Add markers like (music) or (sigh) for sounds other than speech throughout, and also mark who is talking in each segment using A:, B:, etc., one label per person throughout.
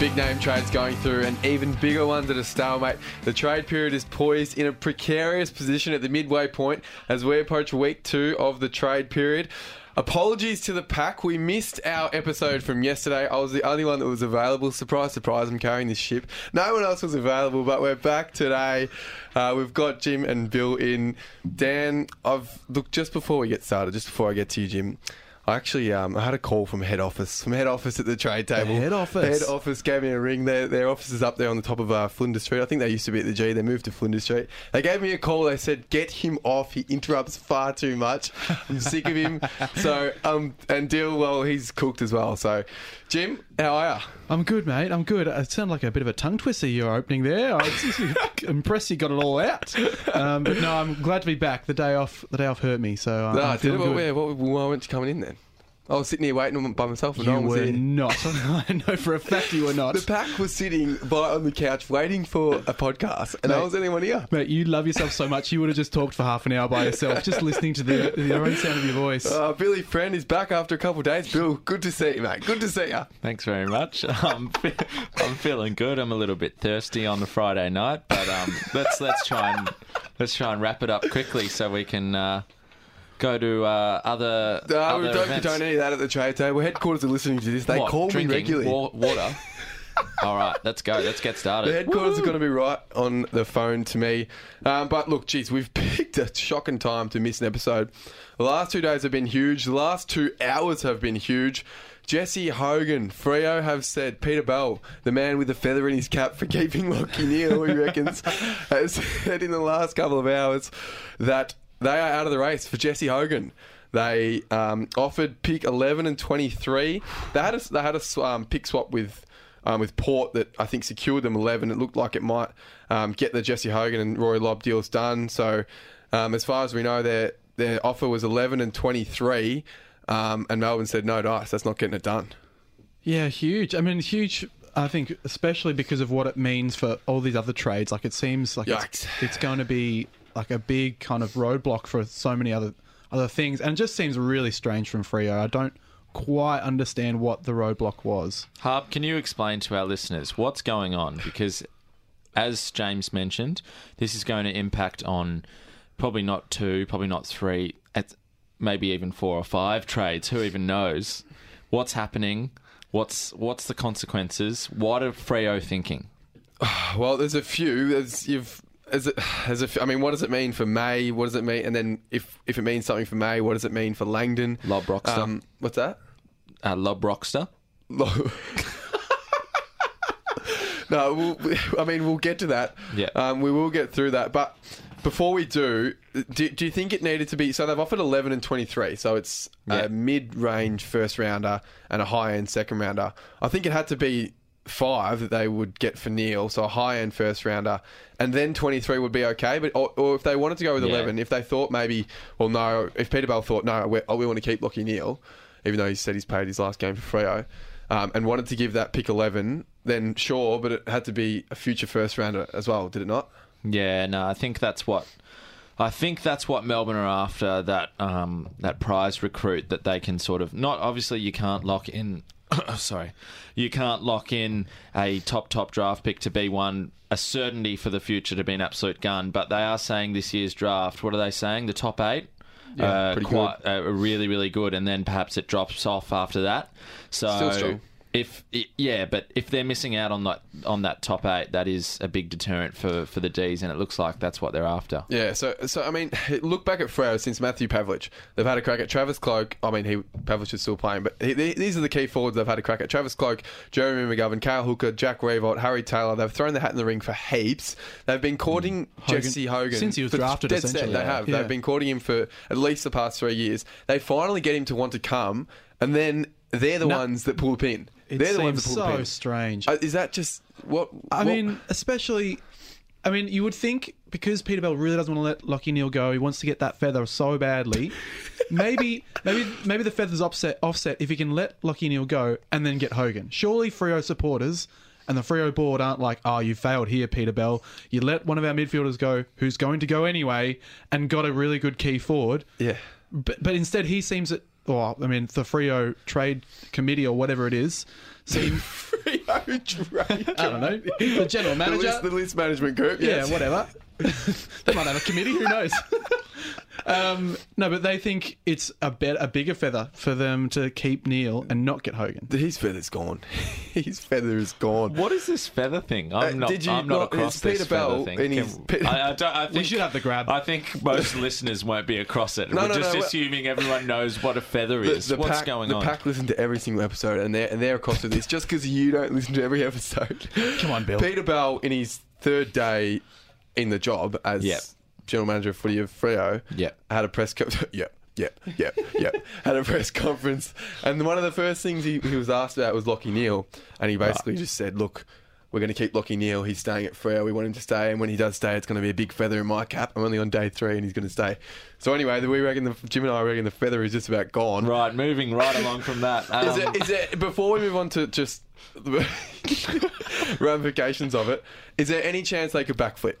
A: big name trades going through and even bigger ones at a stalemate. The trade period is poised in a precarious position at the midway point as we approach week two of the trade period. Apologies to the pack. We missed our episode from yesterday. I was the only one that was available. Surprise, surprise, I'm carrying this ship. No one else was available, but we're back today. Uh, we've got Jim and Bill in. Dan, I've look just before we get started, just before I get to you, Jim. I actually um, I had a call from head office, from head office at the trade table.
B: head office?
A: Head office gave me a ring. Their, their office is up there on the top of uh, Flinders Street. I think they used to be at the G. They moved to Flinders Street. They gave me a call. They said, "Get him off. He interrupts far too much. I'm sick of
B: (laughs)
A: him." So um, and Dill, well, he's cooked as well. So, Jim, how are
B: I'm good, mate. I'm good. It sounded like a bit of a tongue twister you're opening there. I was (laughs) impressed you got it all out. Um, but no, I'm glad to be back. The day off, the day off hurt me, so I'm,
A: you?
B: I'm
A: did
B: feeling
A: what,
B: good.
A: where, what, why weren't you coming in then? I was sitting here waiting by myself. And no
B: You
A: one was
B: were
A: here.
B: not. (laughs) I know for a fact you were not.
A: The pack was sitting by on the couch waiting for a podcast, and I
B: Mate.
A: was the only one here.
B: Mate, you love yourself so much. You would have just talked for half an hour by yourself, just listening to the, the own sound of your voice.
A: Uh, Billy Friend is back after a couple of days. Bill, good to see you, mate. Good to see you.
C: Thanks very much. (laughs) I'm, fe- I'm feeling good. I'm a little bit thirsty on the Friday night, but um, let's let's try and let's try and wrap it up quickly so we can uh, go to uh, other
A: Uh, we
C: other
A: don't, you
C: events.
A: don't need that at the trade table. Headquarters are listening to this. They
C: What,
A: call
C: drinking
A: me regularly.
C: wa- water. All right, let's go. Let's get
A: The
C: started.
A: headquarters are going to be right on the phone to me. Um, but look, geez, we've (laughs) picked a shocking time to miss an episode. The last two days have been huge. The last two hours have been huge. Jesse Hogan, Freo have said Peter Bell, the man with the feather in his cap for keeping Lockie Neal, he reckons, has said in the last couple of hours that they are out of the race for Jesse Hogan. They um, offered pick 11 and 23. They had a, they had a s- um, pick swap with um, with Port that I think secured them 11. It looked like it might um, get the Jesse Hogan and Roy Lobb deals done. So, um, as far as we know, their their offer was 11 and 23, um, and Melbourne said no dice. That's not getting it done.
B: Yeah, huge. I mean, huge. I think, especially because of what it means for all these other trades. Like, it seems like
A: Yikes.
B: it's, it's going to be like a big kind of roadblock for so many other other things, and it just seems really strange from Frio. I don't quite understand what the roadblock was.
C: Harb, can you explain to our listeners what's going on? Because, as James mentioned, this is going to impact on probably not two, probably not three, at maybe even four or five trades. Who even knows what's happening? What's what's the consequences? What are Freo thinking?
A: Well, there's a few. There's you've. As it, as if, I mean, what does it mean for May? What does it mean? And then, if if it means something for May, what does it mean for Langdon? Um,
C: Lob Rockster.
A: what's that?
C: Uh, Lob Rockster.
A: Lo- no, we'll, we- I mean we'll get to that.
C: Yeah.
A: um, we will get through that. But before we do, do, do you think it needed to be? So they've offered eleven and twenty-three. So it's
C: Yeah.
A: a mid-range first rounder and a high-end second rounder. I think it had to be five that they would get for Neil. So a high-end first rounder and then twenty-three would be okay. But or, or if they wanted to go with
C: Yeah.
A: eleven, if they thought maybe, well, no, if Peter Bell thought, no, we, oh, we want to keep Lockie Neal, even though he said he's paid his last game for Freo, um, and wanted to give that pick 11, then sure, but it had to be a future first rounder as well, did it not?
C: Yeah, no, I think that's what I think that's what Melbourne are after that um, that prize recruit that they can sort of not obviously you can't lock in (coughs) sorry you can't lock in a top top draft pick to be one a certainty for the future to be an absolute gun but they are saying this year's draft what are they saying the top 8 yeah,
A: pretty
C: quite uh, really really good and then perhaps it drops off after that so
A: Still strong.
C: if i- yeah, but if they're missing out on that on that top eight, that is a big deterrent for, for the D's, and it looks like that's what they're after.
A: Yeah, so so I mean, (laughs) look back at Freo since Matthew Pavlich. They've had a crack at Travis Cloak. I mean, he Pavlich is still playing, but he, the- these are the key forwards they've had a crack at: Travis Cloak, Jeremy McGovern, Kyle Hooker, Jack Revolt, Harry Taylor. They've thrown the hat in the ring for heaps. They've been courting
B: Mm. Hogan-
A: Jesse Hogan
B: since he was
A: for-
B: drafted,
A: dead set,
B: essentially.
A: they have.
B: Yeah.
A: They've been courting him for at least the past three years. They finally get him to want to come, and then they're the
B: No.
A: ones that pull the pin.
B: It
A: they're the ones
B: seems
A: that pull the
B: so
A: pin.
B: strange.
A: Uh, Is that just what?
B: I
A: what-
B: mean, especially, I mean, you would think because Peter Bell really doesn't want to let Lockie Neal go, he wants to get that feather so
A: (laughs)
B: badly. maybe, maybe, maybe the feather's offset offset if he can let Lockie Neal go and then get Hogan. Surely, Frio supporters and the Frio board aren't like, "Oh, you failed here, Peter Bell. You let one of our midfielders go, who's going to go anyway, and got a really good key forward."
A: yeah.
B: But, but instead, he seems that or I mean, the Frio Trade Committee or whatever it is, (laughs) seen.
A: Rio (laughs) Drake.
B: I don't know. The general
A: The
B: manager.
A: list, the list management group.
B: yeah,
A: Yes.
B: whatever. (laughs) they might have a committee. Who (laughs) knows? um, no, but they think it's a bet, a bigger feather for them to keep Neil and not get Hogan.
A: His feather's gone. (laughs) His feather is gone.
C: What is this feather thing? I'm
A: Uh,
C: not.
A: did you
C: I'm not
A: not-
C: across
A: it's
C: this
A: Peter Bell
C: feather thing.
A: and
C: Can-
A: he's Pe-
C: I, I don't, I think,
B: should have the grab.
C: I think most (laughs) listeners won't be across it.
A: No,
C: We're
A: no,
C: just
A: no,
C: assuming everyone knows what a feather
A: The,
C: is.
A: the
C: What's
A: pack,
C: going
A: the
C: on?
A: pack listen to every single episode, and they're and they're across with this just because you don't listen to every (laughs) episode.
B: Come on, Bill.
A: Peter Bell, in his third day in the job as
C: Yep.
A: general manager of footy of Freo,
C: Yep.
A: had a press (laughs) conference. yep, yep, yep, yep. (laughs) had a press conference, and one of the first things he, he was asked about was Lockie Neal, and he basically just said, "Look." We're going to keep Lockie Neal. He's staying at Freo. We want him to stay. And when he does stay, it's going to be a big feather in my cap. I'm only on day three and he's going to stay. So, anyway, we reckon the, Jim and I reckon the feather is just about gone.
C: Right, moving right along from that. Um,
A: Is it, is it before we move on to just (laughs) the ramifications of it? Is there any chance they could backflip?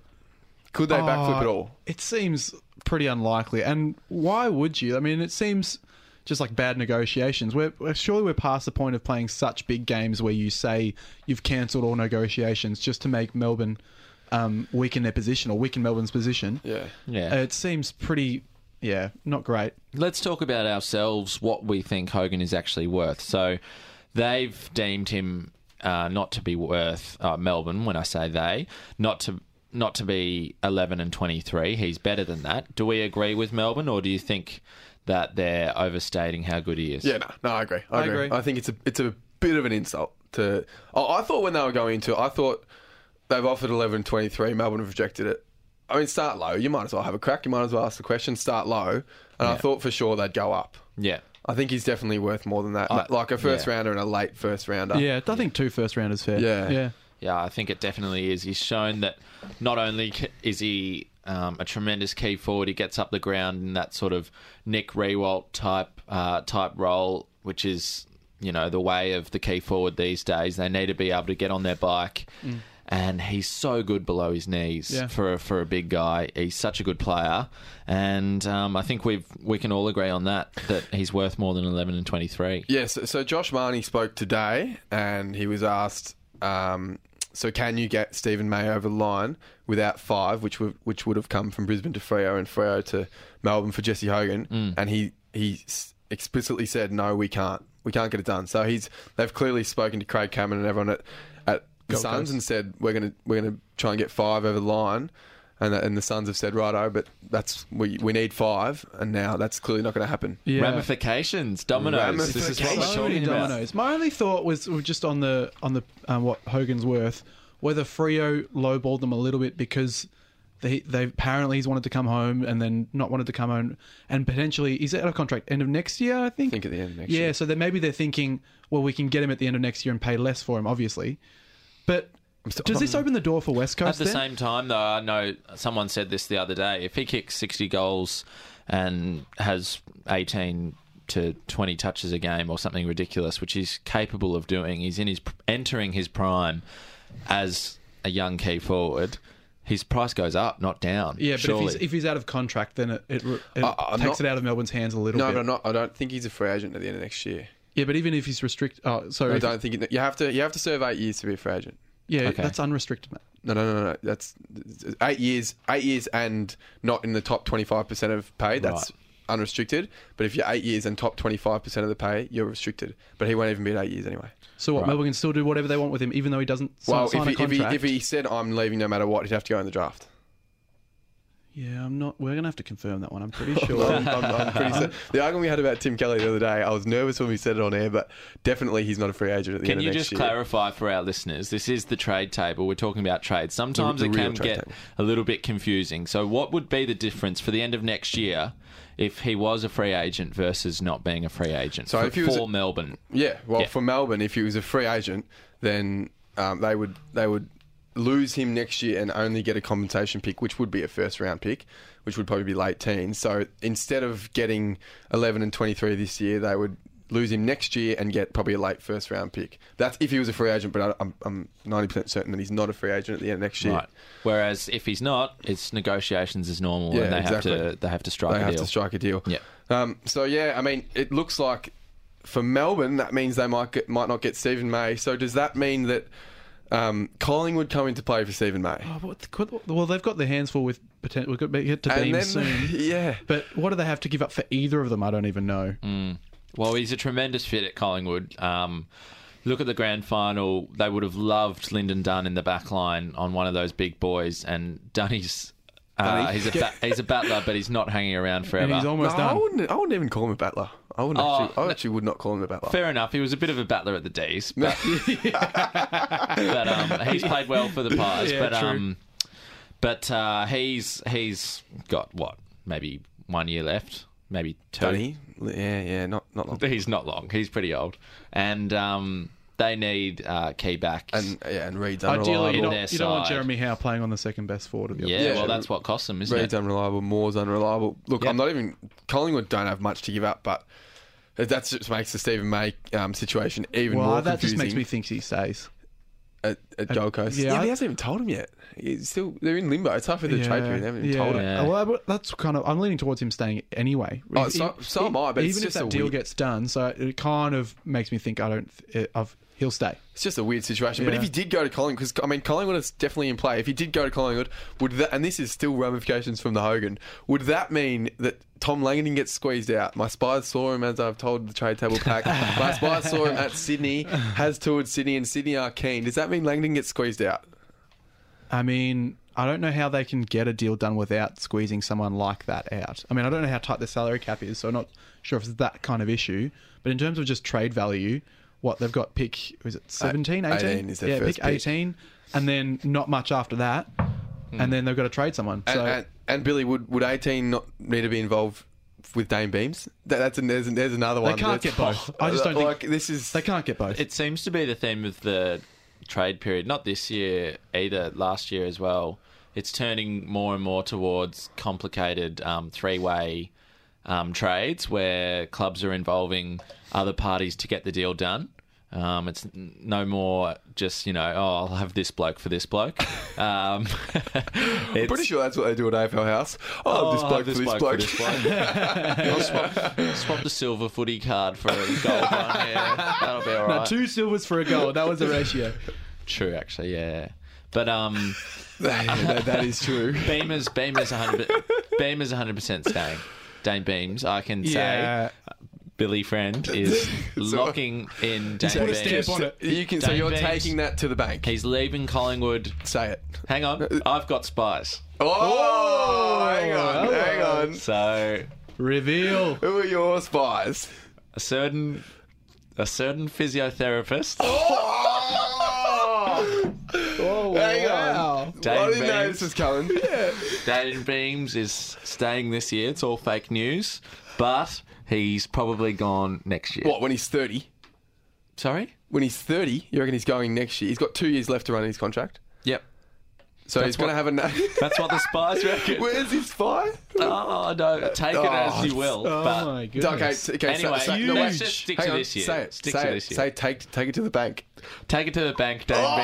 A: Could they backflip
B: Uh,
A: at all?
B: It seems pretty unlikely. And why would you? I mean, it seems just like bad negotiations. We're, we're surely we're past the point of playing such big games where you say you've cancelled all negotiations just to make Melbourne um, weaken their position or weaken Melbourne's position.
A: Yeah.
C: yeah.
B: Uh, It seems pretty, yeah, not great.
C: Let's talk about ourselves, what we think Hogan is actually worth. So they've deemed him uh, not to be worth uh, Melbourne. When I say they, not to not to be eleven and twenty three. He's better than that. Do we agree with Melbourne, or do you think that they're overstating how good he is?
A: Yeah, no, no, I agree. I,
B: I
A: agree.
B: agree.
A: I think it's a it's a bit of an insult to. I I thought when they were going into it, I thought they've offered eleven twenty three. Melbourne have rejected it. I mean, start low. You might as well have a crack. You might as well ask the question. Start low, and I thought for sure they'd go up.
C: Yeah.
A: I think he's definitely worth more than that. like a first rounder and a late first rounder.
B: Yeah, I think two first rounders fair.
A: Yeah.
B: yeah.
C: Yeah, I think it definitely is. He's shown that not only c- is he um, a tremendous key forward, he gets up the ground in that sort of Nick Rewalt type uh, type role, which is you know the way of the key forward these days. They need to be able to get on their bike. And he's so good below his knees
B: Mm. Yeah.
C: for a, for a big guy. He's such a good player, and um, I think we've we can all agree on that that he's worth more than eleven and twenty three.
A: Yes. so, so Josh Marnie spoke today, and he was asked, um, "So can you get Stephen May over the line without five, which would which would have come from Brisbane to Freo and Freo to Melbourne for Jesse Hogan?"
B: Mm.
A: And he he s- explicitly said, "No, we can't. We can't get it done." So he's they've clearly spoken to Craig Cameron and everyone at at the
B: Gold
A: Suns
B: Coast.
A: and said, "We're gonna we're gonna try and get five over the line." And the, and the Suns have said, righto, but that's we, we need five, and now that's clearly not going to happen.
B: Yeah.
C: Ramifications, dominoes. This is what we're
A: Ramifications.
B: So many
C: talking about.
B: dominoes. My only thought was was just on the on the um, what Hogan's worth, whether Frio lowballed them a little bit because they they apparently he's wanted to come home and then not wanted to come home and potentially he's out of contract end of next year I think.
A: I think at the end of next
B: yeah,
A: year.
B: so then maybe they're thinking, well, we can get him at the end of next year and pay less for him, obviously. But does this open the door for West
C: At
B: Coast?
C: the
B: then?
C: same time, though, I know someone said this the other day. If he kicks 60 goals and has 18 to 20 touches a game or something ridiculous, which he's capable of doing, he's in his entering his prime as a young key forward. His price goes up, not down.
B: Yeah, but if
C: surely.
B: he's, if he's out of contract, then it, it, it
A: I'm not-
B: takes it out of Melbourne's hands a little
A: No,
B: bit.
A: but I'm not, I don't think he's a free agent at the end of next year.
B: Yeah, but even if he's restricted, oh, sorry,
A: I
B: if-
A: don't think it, you have to. You have to serve eight years to be a free agent.
B: yeah,
C: Okay.
B: that's unrestricted. Mate.
A: No, no, no, no. That's eight years. Eight years and not in the top twenty-five percent of pay. That's unrestricted. But if you're eight years and top twenty-five percent of the pay, you're restricted. But he won't even be at eight years anyway.
B: So what? Melbourne can still do whatever they want with him, even though he doesn't s-
A: Well, if
B: sign a
A: he, if, he,
B: contract.
A: if he said I'm leaving no matter what, he'd have to go in the draft.
B: Yeah, I'm not. We're gonna have to confirm that one.
A: (laughs)
B: I'm pretty sure. Um,
A: I'm, I'm, I'm pretty cer- the argument we had about Tim Kelly the other day, I was nervous when we said it on air, but definitely he's not a free agent at the
C: Can
A: end
C: you
A: of
C: just
A: next year.
C: clarify for our listeners? This is the trade table. We're talking about trades. Sometimes
A: The- the
C: it
A: real
C: can
A: trade
C: get
A: table.
C: a little bit confusing. So, what would be the difference for the end of next year if he was a free agent versus not being a free agent
A: So
C: for,
A: if he was
C: for
A: a-
C: Melbourne?
A: Yeah, well,
C: Yeah.
A: for Melbourne, if he was a free agent, then um, they would they would lose him next year and only get a compensation pick, which would be a first round pick, which would probably be late teens. So instead of getting eleven and twenty three this year, they would lose him next year and get probably a late first round pick. That's if he was a free agent, but I- I'm, I'm 90% certain that he's not a free agent at the end of next year.
C: Right. Whereas if he's not, it's negotiations is normal,
A: Yeah,
C: and they have
A: exactly.
C: to they have to strike
A: they
C: a
A: have
C: deal.
A: to strike a deal.
C: Yeah.
A: Um, so yeah, I mean, it looks like for Melbourne that means they might get, might not get Stephen May. So does that mean that um, Collingwood come into play for Stephen
B: (gasps)
A: May?
B: Oh, what the, what, well, they've got their hands full with potential. We've got to get to
A: and
B: Beam
A: then
B: soon.
A: (laughs) yeah,
B: But what do they have to give up for either of them? I don't even know.
C: Mm. Well, he's a tremendous fit at Collingwood. Um, look at the grand final. They would have loved Lyndon Dunn in the back line on one of those big boys, and Dunny's. Uh,
A: Dunny?
C: he's a
B: (laughs)
C: ba- he's a battler, but he's not hanging around
B: And
C: forever.
B: he's
A: no,
B: almost
A: I
B: done.
A: wouldn't. I wouldn't even call him a battler. I wouldn't.
C: Oh,
A: actually, I
C: no.
A: actually would not call him a battler.
C: Fair enough. He was a bit of a battler at
B: (laughs)
C: the D's, but, but um, he's played well for the Pies.
B: Yeah,
C: but
B: true.
C: um, but uh, he's he's got what maybe one year left, maybe two.
A: Dunny. Yeah, yeah, not not long.
C: He's not long. He's pretty old, and um, they need uh, key backs.
A: And yeah, and Reed's
B: Ideally, you
A: unreliable.
C: on
B: don't,
C: their
B: you don't want
C: side.
B: Jeremy Howe playing on the second best forward of the
C: yeah,
A: Yeah.
C: well, that's what cost them, isn't
A: Reed's
C: it?
A: unreliable. Moore's unreliable. Look, I'm not even. Collingwood don't have much to give up, but that just makes the Stephen May um, situation even
B: Well,
A: more
B: that
A: confusing.
B: just makes me think he stays.
A: at, at Gold Coast.
B: yeah,
A: Yeah, but
B: I-
A: he hasn't even told him yet. He's still they're in limbo. It's halfway through the trade period. They haven't even told him.
C: Yeah.
B: Well, I would- that's kind of. I'm leaning towards him staying anyway.
A: Oh,
B: If-
A: so-
B: if-
A: so am I, but it's
B: even
A: just
B: if
A: a
B: that deal
A: weird-
B: gets done, so it kind of makes me think I don't. It, I've, he'll stay.
A: It's just a weird situation. But
B: Yeah.
A: if he did go to Collingwood, because I mean Collingwood is definitely in play. If he did go to Collingwood, would that and this is still ramifications from the Hogan? Would that mean that Tom Langdon gets squeezed out? My spies saw him as I've told the trade table pack. My spies saw him at Sydney, has toured Sydney, and Sydney are keen. Does that mean Langdon gets squeezed out?
B: I mean, I don't know how they can get a deal done without squeezing someone like that out. I mean, I don't know how tight their salary cap is, so I'm not sure if it's that kind of issue. But in terms of just trade value, what they've got pick was it 17, 18?
A: 18 Uh, is their
B: yeah,
A: first
B: pick
A: pick.
B: 18, and then not much after that,
A: Hmm.
B: and then they've got to trade someone.
A: And,
B: so
A: and, and Billy, would would eighteen not need to be involved with Dame Beams? That, that's an, there's, an- there's another one.
B: can't
A: that's- (laughs)
B: get both. I just don't think-
A: like this is
B: they can't get both.
C: It seems to be the theme of the trade period, not this year either, last year as well. It's turning more and more towards complicated um, three way um, trades where clubs are involving other parties to get the deal done. Um, it's n- no more just, you know, oh, I'll have this bloke for this bloke. Um, (laughs) it's-
A: Pretty sure that's what they do at AFL House. Oh, this
C: I'll
A: bloke
C: have
A: for this bloke. (laughs)
C: for this bloke. I'll swap, swap the silver footy card for a gold one. Yeah, that'll be all right.
B: Now, two silvers for a gold.
A: (laughs)
B: That was the ratio.
C: True, actually, yeah. But um,
A: Yeah, that- that is true.
C: Beamer's Beamer's hundred Beamer's hundred percent staying. Dane Beams, I can
B: yeah.
C: say, Billy Friend
A: (laughs)
C: is locking in Dane
B: put a stamp
C: Beams.
B: on it.
A: You can. So
C: Dame
A: you're
C: Beams.
A: taking that to the bank.
C: He's leaving Collingwood.
A: Say it.
C: Hang on, I've got spies.
A: Oh, hang on, hang
C: oh,
A: on.
C: So
B: Reveal.
A: Who are your spies?
C: a certain a certain physiotherapist.
A: (laughs) Oh, (laughs) hang
B: wow.
A: on.
C: Dame
A: I didn't know
C: Beams.
A: this was coming.
C: Dane Beams is staying this year. It's all fake news, but he's probably gone next year.
A: What? When he's thirty?
C: Sorry.
A: When he's thirty, you reckon he's going next year? He's got two years left to run in his contract.
C: Yep.
A: So he's going to have a. na-
C: (laughs) That's what the spies
B: (laughs)
C: reckon.
A: Where's his spy?
C: Oh no! Take it as you
A: Oh,
C: will.
B: Oh
C: but
B: my
A: (laughs) Okay,
B: goodness.
A: t- okay.
C: Anyway,
A: say, say,
C: huge.
A: no, wait.
C: Let's just stick to
A: Hang on,
C: this year.
A: Say it.
C: Stick
A: say
C: to
A: it.
C: this year.
A: Say take take it to the bank.
C: Take it to the bank, Dane
A: Oh!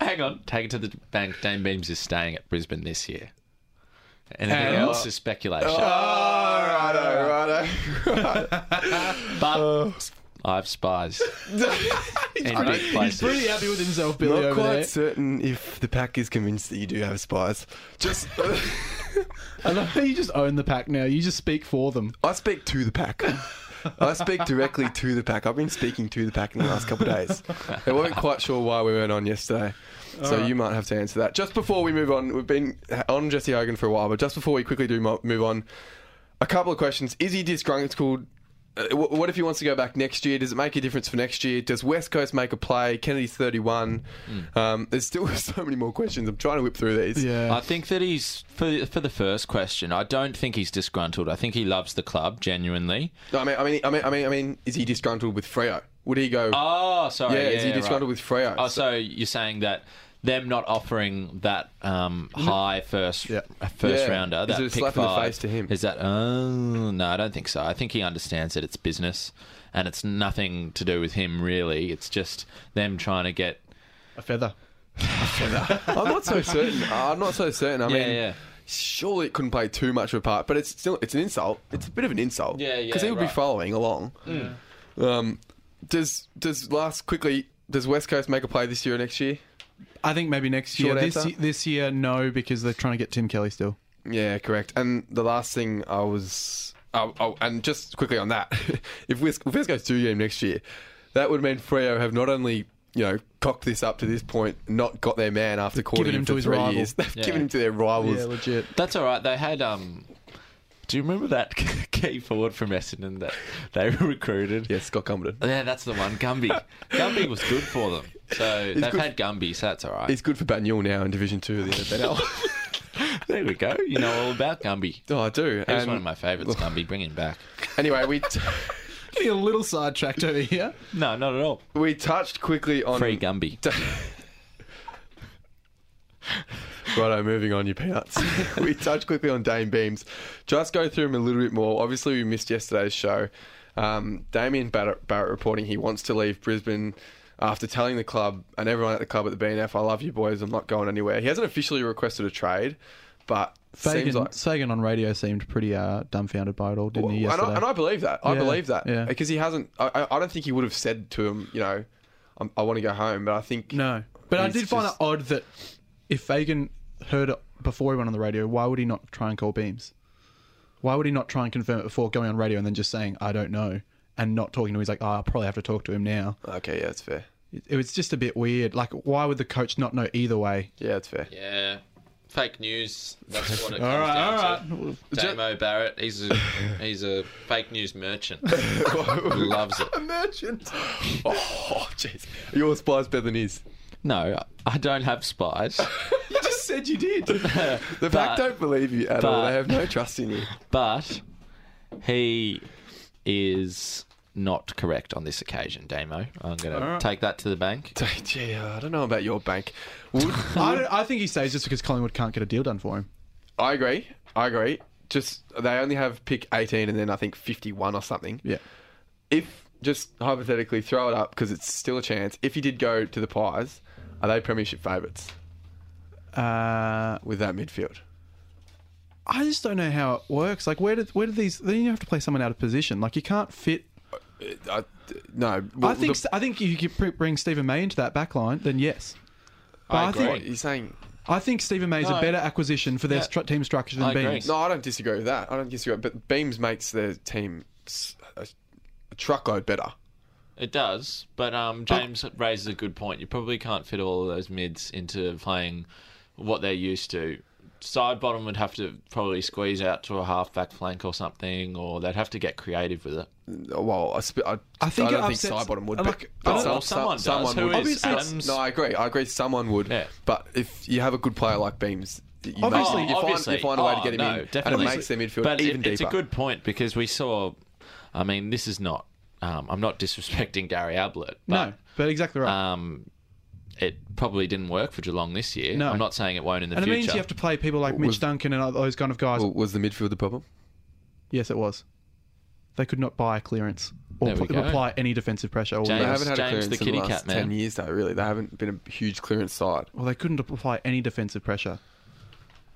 C: Beams. Hang on. Take it to the bank. Dane Beams is staying at Brisbane this year. Anything
B: And-
C: else is speculation.
A: Oh, righto, (laughs) righto.
C: but I have spies. in big
B: Oh. He's
C: places.
B: pretty happy with himself, Billy,
A: Not
B: over
A: quite
B: there.
A: certain if the pack is convinced that you do have spies. Just
B: I love how you just own the pack now. You just speak for them.
A: I speak to the pack. I speak directly to the pack. I've been speaking to the pack in the last couple of days. I weren't quite sure why we weren't on yesterday. So you might have to answer that. Just before we move on, we've been on Jesse Hogan for a while, but just before we quickly do mo- move on, a couple of questions. Is he disgruntled? Uh, wh- What if he wants to go back next year? Does it make a difference for next year? Does West Coast make a play? Kennedy's 31. Um, there's still (laughs) so many more questions. I'm trying to whip through these.
B: Yeah.
C: I think that he's for for the first question. I don't think he's disgruntled. I think he loves the club genuinely.
A: No, I mean, I mean, I mean, I mean, I mean, is he disgruntled with Freo? Would he go?
C: Oh, sorry.
A: yeah, is he
C: right.
A: disgruntled with Freo?
C: Oh, so you're saying that them not offering that um, high first
B: Yeah.
C: first
A: Mm-hmm. Yeah.
C: rounder.
A: Is
C: that
A: it a
C: pick
A: slap in the
C: five,
A: face to him?
C: Is that? Oh no, I don't think so. I think he understands that it's business, and it's nothing to do with him really. It's just them trying to get.
B: A feather.
A: I'm not
C: (laughs)
A: so certain. Uh, I'm not so certain. I
C: Yeah,
A: mean,
C: yeah.
A: surely it couldn't play too much of a part, but it's still it's an insult. It's a bit of an insult.
C: Yeah, yeah,
A: Because he would
C: right. Mm.
A: be following along. Um, does does last quickly? Does West Coast make a play this year or next year?
B: I think maybe next year.
A: Short
B: This,
A: answer?
B: ye- this year, no, because they're trying to get Tim Kelly still.
A: Yeah, correct. And the last thing I was, oh, oh and just quickly on that, (laughs) if West, if West Coast do get him next year, that would mean Freo have not only you know cocked this up to this point, not got their man after courting
B: given him
A: for
B: to his
A: three
B: rival.
A: years, (laughs) they've
C: Yeah.
A: given him to their rivals.
B: Yeah, legit.
C: That's all right. They had. Um, do you remember that (laughs) key forward from Essendon that they (laughs) recruited?
A: yeah, Scott Cumberland.
C: Yeah, that's the one.
A: (laughs)
C: Gumby. Gumby was good for them. So they've
A: good.
C: had Gumby, so that's all right.
A: He's good for Banyul now in Division Two of the NFL.
C: (laughs) there we go. You know all about Gumby.
A: oh, I do.
C: He was
A: And
C: one of my favourites, Gumby. Bring him back.
A: anyway, we t- (laughs)
B: Getting a little sidetracked over here.
C: No, not at all.
A: we touched quickly on
C: Free Gumby.
A: (laughs) Righto, moving on, you peanuts. (laughs) we touched quickly on Dame Beams. Just go through him a little bit more. Obviously, we missed yesterday's show. Um, Damien Barrett, Barrett reporting he wants to leave Brisbane after telling the club and everyone at the club at the BNF, I love you boys, I'm not going anywhere. He hasn't officially requested a trade, but
B: Sagan,
A: seems like.
B: Sagan on radio seemed pretty uh, dumbfounded by it all, didn't
A: Well,
B: he?
A: and,
B: Yesterday?
A: I, and I believe that. I
B: Yeah,
A: believe that
B: yeah.
A: because he hasn't. I, I- I don't think he would have said to him, you know, i I want to go home. But I think
B: no, but I
A: He's
B: did find
A: just-
B: it odd that if Fagan heard it before he went on the radio, why would he not try and call Beams? Why would he not try and confirm it before going on radio and then just saying I don't know and not talking to him? He's like, oh, I'll probably have to talk to him now.
A: Okay, yeah, it's fair.
B: It, it was just a bit weird. Like, why would the coach not know either way?
A: Yeah, (laughs) it's fair.
C: Yeah. Fake news. That's what it comes
B: All right,
C: down
B: all right.
C: to. Damo Barrett, he's a he's a fake news merchant. Loves it.
A: Imagine. (gasps) Oh, jeez. Your spy's better than his.
C: No, I don't have spies,
A: You just said you did. (laughs) the
C: But-
A: back don't believe you at all.
C: but-
A: They have no trust in you.
C: but he is not correct on this occasion, Damo. I'm going to take that to the bank.
A: So, Gee, I (laughs) don't know about your bank. Would,
B: I, don't- I think he stays just because Collingwood can't get a deal done for him.
A: (laughs) I agree. I agree. Just they only have pick 18 and then I think 51 or something.
B: Yeah.
A: if just hypothetically throw it up because it's still a chance. If you did go to the Pies, are they premiership favourites
B: Uh,
A: with that midfield?
B: I just don't know how it works. Like, where did where did these? Then you have to play someone out of position. Like, you can't fit.
A: I, no,
B: Uh, I think I think if you could pr- bring Stephen May into that back line, then yes. But I,
C: agree.
B: think
A: you're saying.
B: I think Stephen May is
C: No.
B: a better acquisition for their
C: Yeah.
B: stru- team structure than
C: I agree.
B: Beams.
A: No, I don't disagree with that. I don't disagree. But Beams makes their team s- a, a truckload better.
C: It does, but
A: Oh.
C: um, James raises a good point. You probably can't fit all of those mids into playing what they're used to. Side bottom would have to probably squeeze out to a half back flank or something, or they'd have to get creative with it.
A: Well, I, sp- I,
B: I think
A: I don't
B: it
A: think
B: upsets-
A: Sidebottom would.
B: I
A: But,
B: like-
A: but
B: I
C: don't-
A: some-
C: Well, someone
A: some-
C: does.
A: someone
C: Who
A: would.
C: is Obviously it's-
A: No, I agree. I agree. Someone would.
C: Yeah.
A: But if you have a good player like Beams, you
B: Obviously.
A: make, you,
C: Oh,
A: find,
C: obviously.
A: you find a way to
C: Oh,
A: get him
C: no,
A: in,
C: definitely.
A: and it makes their midfield
C: But it-
A: even deeper.
C: it's a good point because we saw. I mean, this is not. Um, I'm not disrespecting Gary Ablett,
B: No,
C: but
B: but exactly right.
C: um, it probably didn't work for Geelong this year.
B: No.
C: I'm not saying it won't in the
B: and it
C: future.
B: means you have to play people like Mitch
A: Was-
B: Duncan and those kind of guys.
A: Well, was the midfield the problem?
B: yes, it was. They could not buy a clearance or
C: There we
B: pl-
C: go.
B: apply any defensive pressure. Or
C: James-
A: They haven't had
C: James
A: a clearance
C: the
A: in
C: kitty
A: the last
C: cat, man.
A: ten years, though. Really, they haven't been a huge clearance side.
B: Well, they couldn't apply any defensive pressure.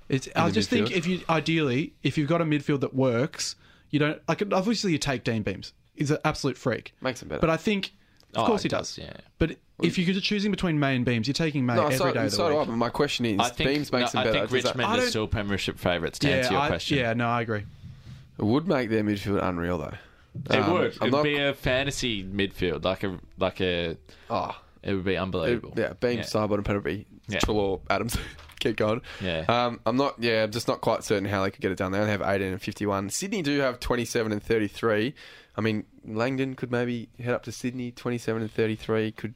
B: It's. I
A: the
B: just
A: midfield?
B: think if you ideally, if you've got a midfield that works, you don't like. Obviously, you take Dean Beams. He's an absolute freak.
A: Makes him better.
B: But I think, of
C: Oh,
B: course, he
C: it
B: does.
C: does, yeah.
B: But if you're choosing between May and Beams, you're taking May
A: no,
B: every day
A: so,
B: of the
A: so do I.
B: week.
A: But my question is,
C: I think,
A: Beams makes
C: no,
A: them better.
C: I think
A: Does that-
C: Richmond
B: I
C: is
B: don't-
C: still premiership favourites to answer your
B: I,
C: question.
B: yeah, no, I agree.
A: it would make their midfield unreal, though.
C: It
A: Um,
C: would. It
A: I'm
C: would
A: not-
C: be a fantasy midfield, like a like a.
A: oh,
C: It would be
A: it-
C: unbelievable.
A: yeah, Beams, Sidebottom, Petterby,
C: Yeah.
A: Trelaw, Adams. (laughs) Keep going.
C: Yeah.
A: Um, I'm not. Yeah, I'm just not quite certain how they could get it done. They only have 18 and 51. Sydney do have 27 and 33. I mean, Langdon could maybe head up to Sydney. 27 and 33 could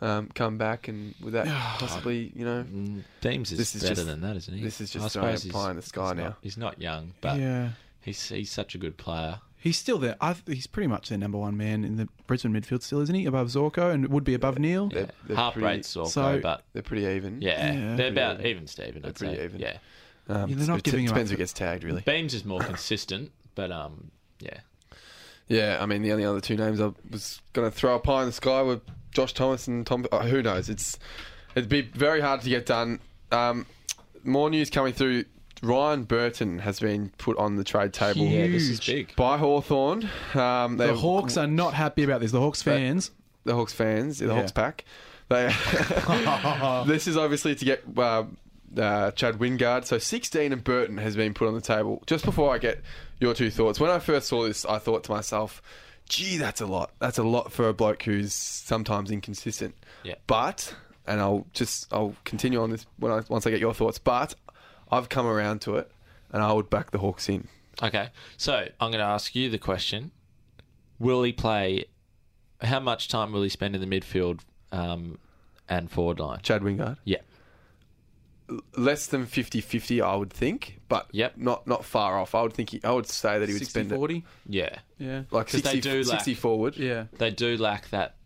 A: um, come back, and with
C: (sighs)
A: that possibly, you know,
C: Themes Mm, is,
A: This is
C: better
A: just-
C: than that, isn't he?
A: this is
C: I
A: just throwing
C: suppose
A: a pie in the sky
C: he's
A: now.
C: Not, he's not young, but
B: yeah.
C: he's he's such a good player.
B: He's still there. I, he's pretty much their number one man in the Brisbane midfield, still, isn't he? Above Zorko and would be above Neil.
A: They're, they're
C: Half
A: pretty,
C: rates or
B: so-
C: but
A: They're pretty even.
C: yeah,
B: Yeah.
C: they're about even, Steven. I'd
A: pretty
C: say.
A: even.
C: Yeah,
A: Um,
B: Yeah, they're not
A: it
B: giving up
A: depends who
B: for-
A: gets tagged, really.
C: Beams is more consistent, but um, yeah,
A: Yeah, I mean, the only other two names I was going to throw up high in the sky were Josh Thomas and Tom. Uh, who knows? It's it'd be very hard to get done. Um, more news coming through. Ryan Burton has been put on the trade table
C: yeah, this is
B: Huge.
C: big.
A: by Hawthorn. Um, they,
B: The Hawks are not happy about this. The Hawks fans.
A: the Hawks fans, the
B: Yeah.
A: Hawks pack. They, (laughs) this is obviously to get uh, uh, Chad Wingard. So 16 and Burton has been put on the table. Just before I get your two thoughts, when I first saw this, I thought to myself, gee, that's a lot. That's a lot for a bloke who's sometimes inconsistent.
C: Yeah.
A: But, and I'll just, I'll continue on this when I, once I get your thoughts, but I've come around to it and I would back the Hawks in.
C: Okay, so I'm going to ask you the question: Will he play? How much time will he spend in the midfield um, and forward line?
A: Chad Wingard.
C: Yeah,
A: less than 50-50 I would think, but
C: Yep.
A: not not far off. I would think he, I would say that he would
B: 60,
A: spend it
B: 40.
C: yeah.
B: Yeah.
A: like
C: 'Cause they
A: 60,
C: do lack-
A: 60 forward.
B: Yeah.
C: They do lack that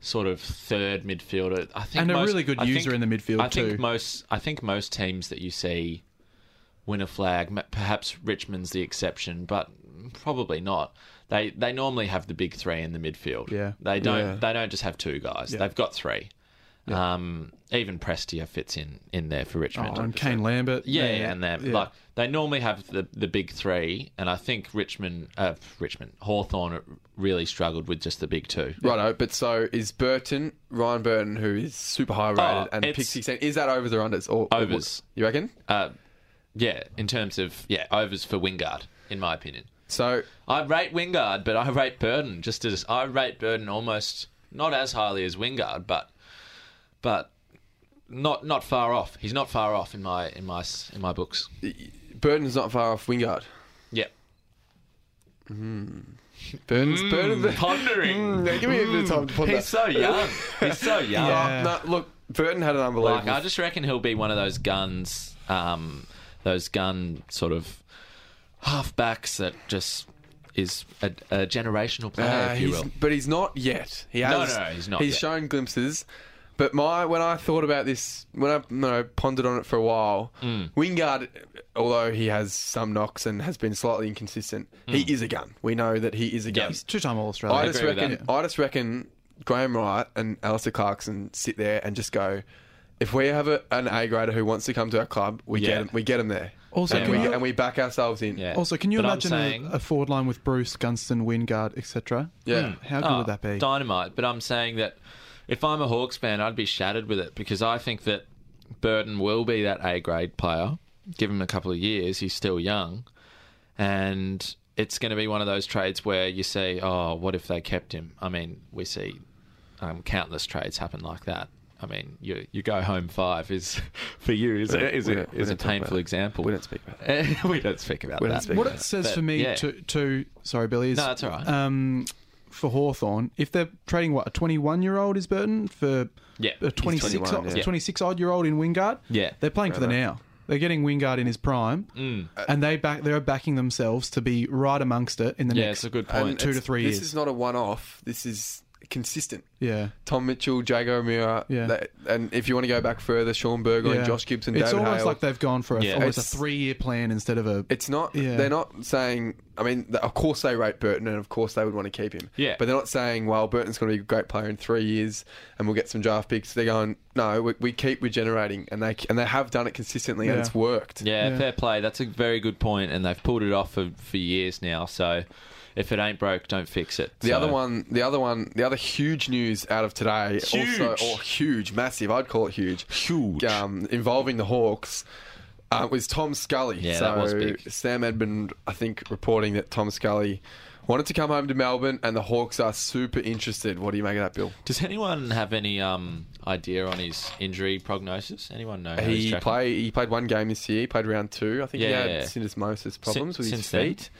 C: sort of third midfielder. I think
B: And a
C: most-
B: really good
C: I
B: user in the midfield,
C: I think
B: too.
C: most. I think most teams that you see win a flag. m- Perhaps Richmond's the exception, but probably not. They they normally have the big three in the midfield.
B: Yeah.
C: They don't.
A: Yeah.
C: They don't just have two guys. They've got three. Um, even Prestia fits in in there for Richmond.
B: Oh, and Kane Lambert.
C: Yeah,
B: man.
C: and they're
B: Yeah.
C: like they normally have the, the big three, and I think Richmond, uh, Richmond Hawthorn really struggled with just the big two.
A: Righto, but so is Burton, Ryan Burton, who is super high rated
C: Oh,
A: and
C: it's-
A: picked 16. Is that overs or unders? Or,
C: Overs.
A: You reckon?
C: Uh, yeah, in terms of yeah overs for Wingard, in my opinion,
A: So
C: I rate Wingard, but I rate Burden just as I rate Burden almost not as highly as Wingard, but but not not far off. He's not far off in my in my s- in my books.
A: Burton's not far off Wingard.
C: Yeah,
A: Burton's
C: Mm.
A: Burton.
C: pondering.
A: No, give me a bit of time to ponder.
C: Mm, He's so young. He's so young.
B: Yeah.
A: No, look, Burton had an unbelievable.
C: Like I just reckon he'll be one of those guns, um, those gun sort of halfbacks that just is a, a generational player,
A: Uh,
C: if you
A: he's-
C: will.
A: But he's not yet. He
C: No,
A: has,
C: no, no, he's not
A: He's
C: yet.
A: shown glimpses. But my when I thought about this, when I you know, pondered on it for a while,
C: Mm.
A: Wingard, although he has some knocks and has been slightly inconsistent, he is a gun. We know that he is a gun.
B: He's two time All
A: I
B: Australian.
A: just
C: Mm. agree with
A: reckon. I just reckon Graham Wright and Alistair Clarkson sit there and just go. If we have a, an A grader who wants to come to our club, we
C: Yeah.
A: get him, we get him there.
B: Also,
A: and,
B: can
A: we,
B: you-
A: and we back ourselves in.
C: Yeah.
B: Also, can you
C: But I'm
B: imagine
C: saying-
B: a, a forward line with Bruce, Gunston, Wingard, etc.?
A: Yeah.
B: Hmm, How good
C: Oh,
B: would that be?
C: Dynamite. But I'm saying that if I'm a Hawks fan, I'd be shattered with it because I think that Burton will be that A grade player. Give him a couple of years, he's still young. And it's going to be one of those trades where you say, oh, what if they kept him? I mean, we see um, countless trades happen like that. I mean, you you go home five is (laughs) for you is a, is
A: We
C: a,
A: don't- we
C: is a
A: don't talk about
C: painful
A: it.
C: example.
A: We don't speak about
C: that. (laughs) we don't speak about
A: We don't
C: that.
A: speak
B: What
A: Yeah.
B: it says
C: But,
B: for me
C: yeah.
B: to, to sorry, Billy, is
C: No, that's all right.
B: Um, for Hawthorn, if they're trading what a twenty-one-year-old is Burton for
C: Yeah.
B: a 26,
A: 21, yeah.
B: 26 odd year old in Wingard,
C: Yeah. Mm.
B: they're playing for the now. They're getting Wingard in his prime, and they back they're backing themselves to be right amongst it in the
C: yeah,
B: next
C: it's a good
A: And
C: point.
B: two to
A: it's-
B: three
A: This
B: years.
A: is not a one-off. This is consistent.
B: yeah.
A: Tom Mitchell, Jago O'Meara,
B: Yeah.
A: that- and if you want to go back further, Sean Burgoyne,
B: yeah.
A: Josh Gibson,
B: It's
A: David
B: almost
A: Hale.
B: like they've gone for a,
C: Yeah.
B: almost a
A: It's-
B: three year plan instead of a.
A: it's not.
B: Yeah.
A: They're not saying. I mean, th- of course they rate Burton, and of course they would want to keep him.
C: Yeah.
A: But they're not saying, "Well, Burton's going to be a great player in three years, and we'll get some draft picks." They're going, "No, we, we keep regenerating, and they and they have done it consistently, and
B: Yeah.
A: it's worked."
C: Yeah,
B: Yeah.
C: fair play. That's a very good point, and they've pulled it off for, for years now. So if it ain't broke, don't fix it.
A: The
C: So-
A: other one, the other one, the other huge news out of today, also
C: Huge.
A: or huge, massive. I'd call it huge.
C: Huge.
A: Um, involving the Hawks. Uh, was Tom Scully.
C: Yeah,
A: so
C: that was big.
A: Sam Edmund, I think, reporting that Tom Scully wanted to come home to Melbourne, and the Hawks are super interested. What do you make of that, Bill?
C: Does anyone have any um, idea on his injury prognosis? Anyone know? how he's
A: He
C: tracking?
A: play he played one game this year. He played round two. I think he
C: Yeah.
A: had syndesmosis problems with his
C: since then?
A: feet.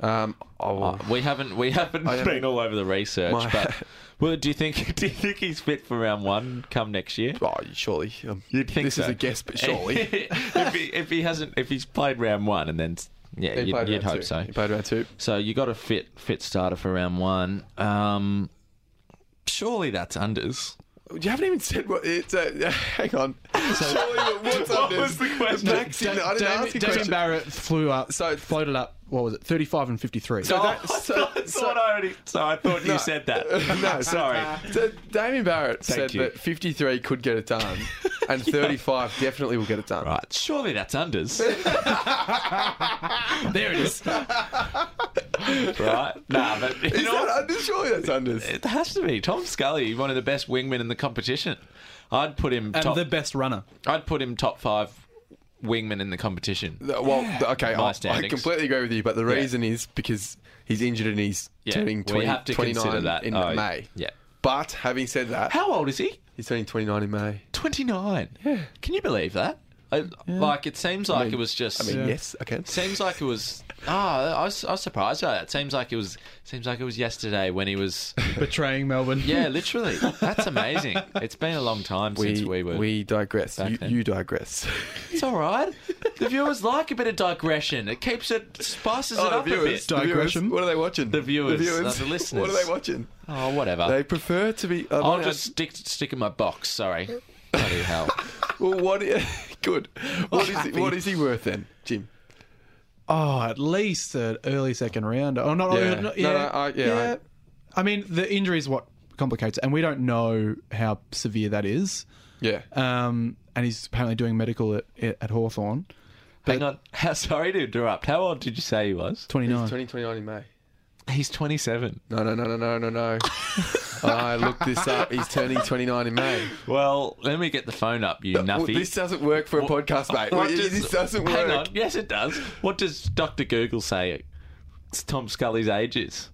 A: Um, oh,
C: Uh, we haven't we haven't
A: I haven't-
C: (laughs) been all over the research,
A: My-
C: but well, do you think (laughs) do you think he's fit for round one come next year?
A: oh, surely. Um,
C: You'd think
A: this
C: so. (laughs)
A: is a guess, but surely.
C: if, he, if he hasn't, if he's played round one and then s- yeah,
A: He
C: you'd,
A: played
C: you'd
A: round
C: hope
A: two.
C: so.
A: He played round two.
C: So you got a fit fit starter for round one. Um, surely that's unders.
A: You haven't even said what it's. Uh, (laughs) hang on. Surely, what's up?
C: What was the question?
A: Maxi,
B: Da-
A: I didn't
B: Damien-
A: ask a
B: Damien
A: question.
B: Barrett flew up,
A: So-
B: so floated up. What was it? Thirty-five and fifty-three.
A: So
B: (laughs)
C: Oh,
A: that- so-
C: I thought
A: so-
C: I already. So I thought
A: No.
C: you said that.
A: (laughs) No, so-
C: (laughs) sorry.
A: So Damien Barrett
C: Thank
A: said
C: you.
A: that 53 could get it
C: (laughs)
A: done, and 35 definitely will get it done.
C: Right, surely that's unders.
A: (laughs)
C: there it is. right, nah, but you
A: Is
C: know
A: that
C: what?
A: under? Surely that's unders.
C: It has to be Tom Scully, one of the best wingmen in the competition. I'd put him
B: and
C: top.
B: the best runner.
C: I'd put him top five wingmen in the competition.
A: Th- Well, th- okay,
C: My
A: I, I
C: standings.
A: completely agree with you, but the reason is because he's injured and he's
C: Yeah,
A: turning 20,
C: we have to
A: 29
C: consider that
A: in
C: Oh,
A: May.
C: Yeah.
A: But having said that,
C: How old is he?
A: he's turning 29 in May.
C: Twenty nine. Yeah. Can you believe that? I, Like it seems like it was just.
A: I mean,
B: Yeah.
A: yes, I can.
C: Seems like it was. Ah, I, was, I was surprised by that. Seems like it was. Seems like it was yesterday when he was.
B: Betraying Melbourne.
C: Yeah, literally. That's amazing. It's been a long time since
A: We,
C: we were.
A: we digress.
C: Back
A: You,
C: then.
A: you digress.
C: It's all right. The viewers like a bit of digression. It keeps it spices it
A: Oh,
C: up a bit.
A: the viewers.
B: Digression.
A: What are they watching?
C: The viewers,
A: The
C: not the listeners.
A: (laughs) What are they watching?
C: Oh, whatever.
A: They prefer to be.
C: I'll just stick stick in my box. Sorry. Bloody hell.
A: (laughs) Well, what? (laughs) Good. What is, he,
C: Happy.
A: what is he worth then, Jim?
B: Oh, at least an early second round. Oh, not
A: Yeah.
B: yeah.
A: No,
B: Not,
A: no,
B: yeah.
A: I- yeah,
B: I, mean, the injury is what complicates, it, and we don't know how severe that is.
A: Yeah.
B: Um, and he's apparently doing medical at, at Hawthorn.
C: Hang on. How, sorry to interrupt. How old did you say he was?
B: Twenty-nine.
A: 2029 in May.
C: He's twenty seven.
A: No, no, no, no, no, no, no. I looked this up. He's turning 29 in May.
C: Well, let me get the phone up, you
A: Well,
C: nuffy.
A: this doesn't work for a
C: What-
A: podcast,
C: (laughs)
A: mate.
C: What
A: Well,
C: does-
A: this doesn't work.
C: Hang on.
A: (laughs)
C: Yes, it does. What does Doctor Google say? It's Tom Scully's age is.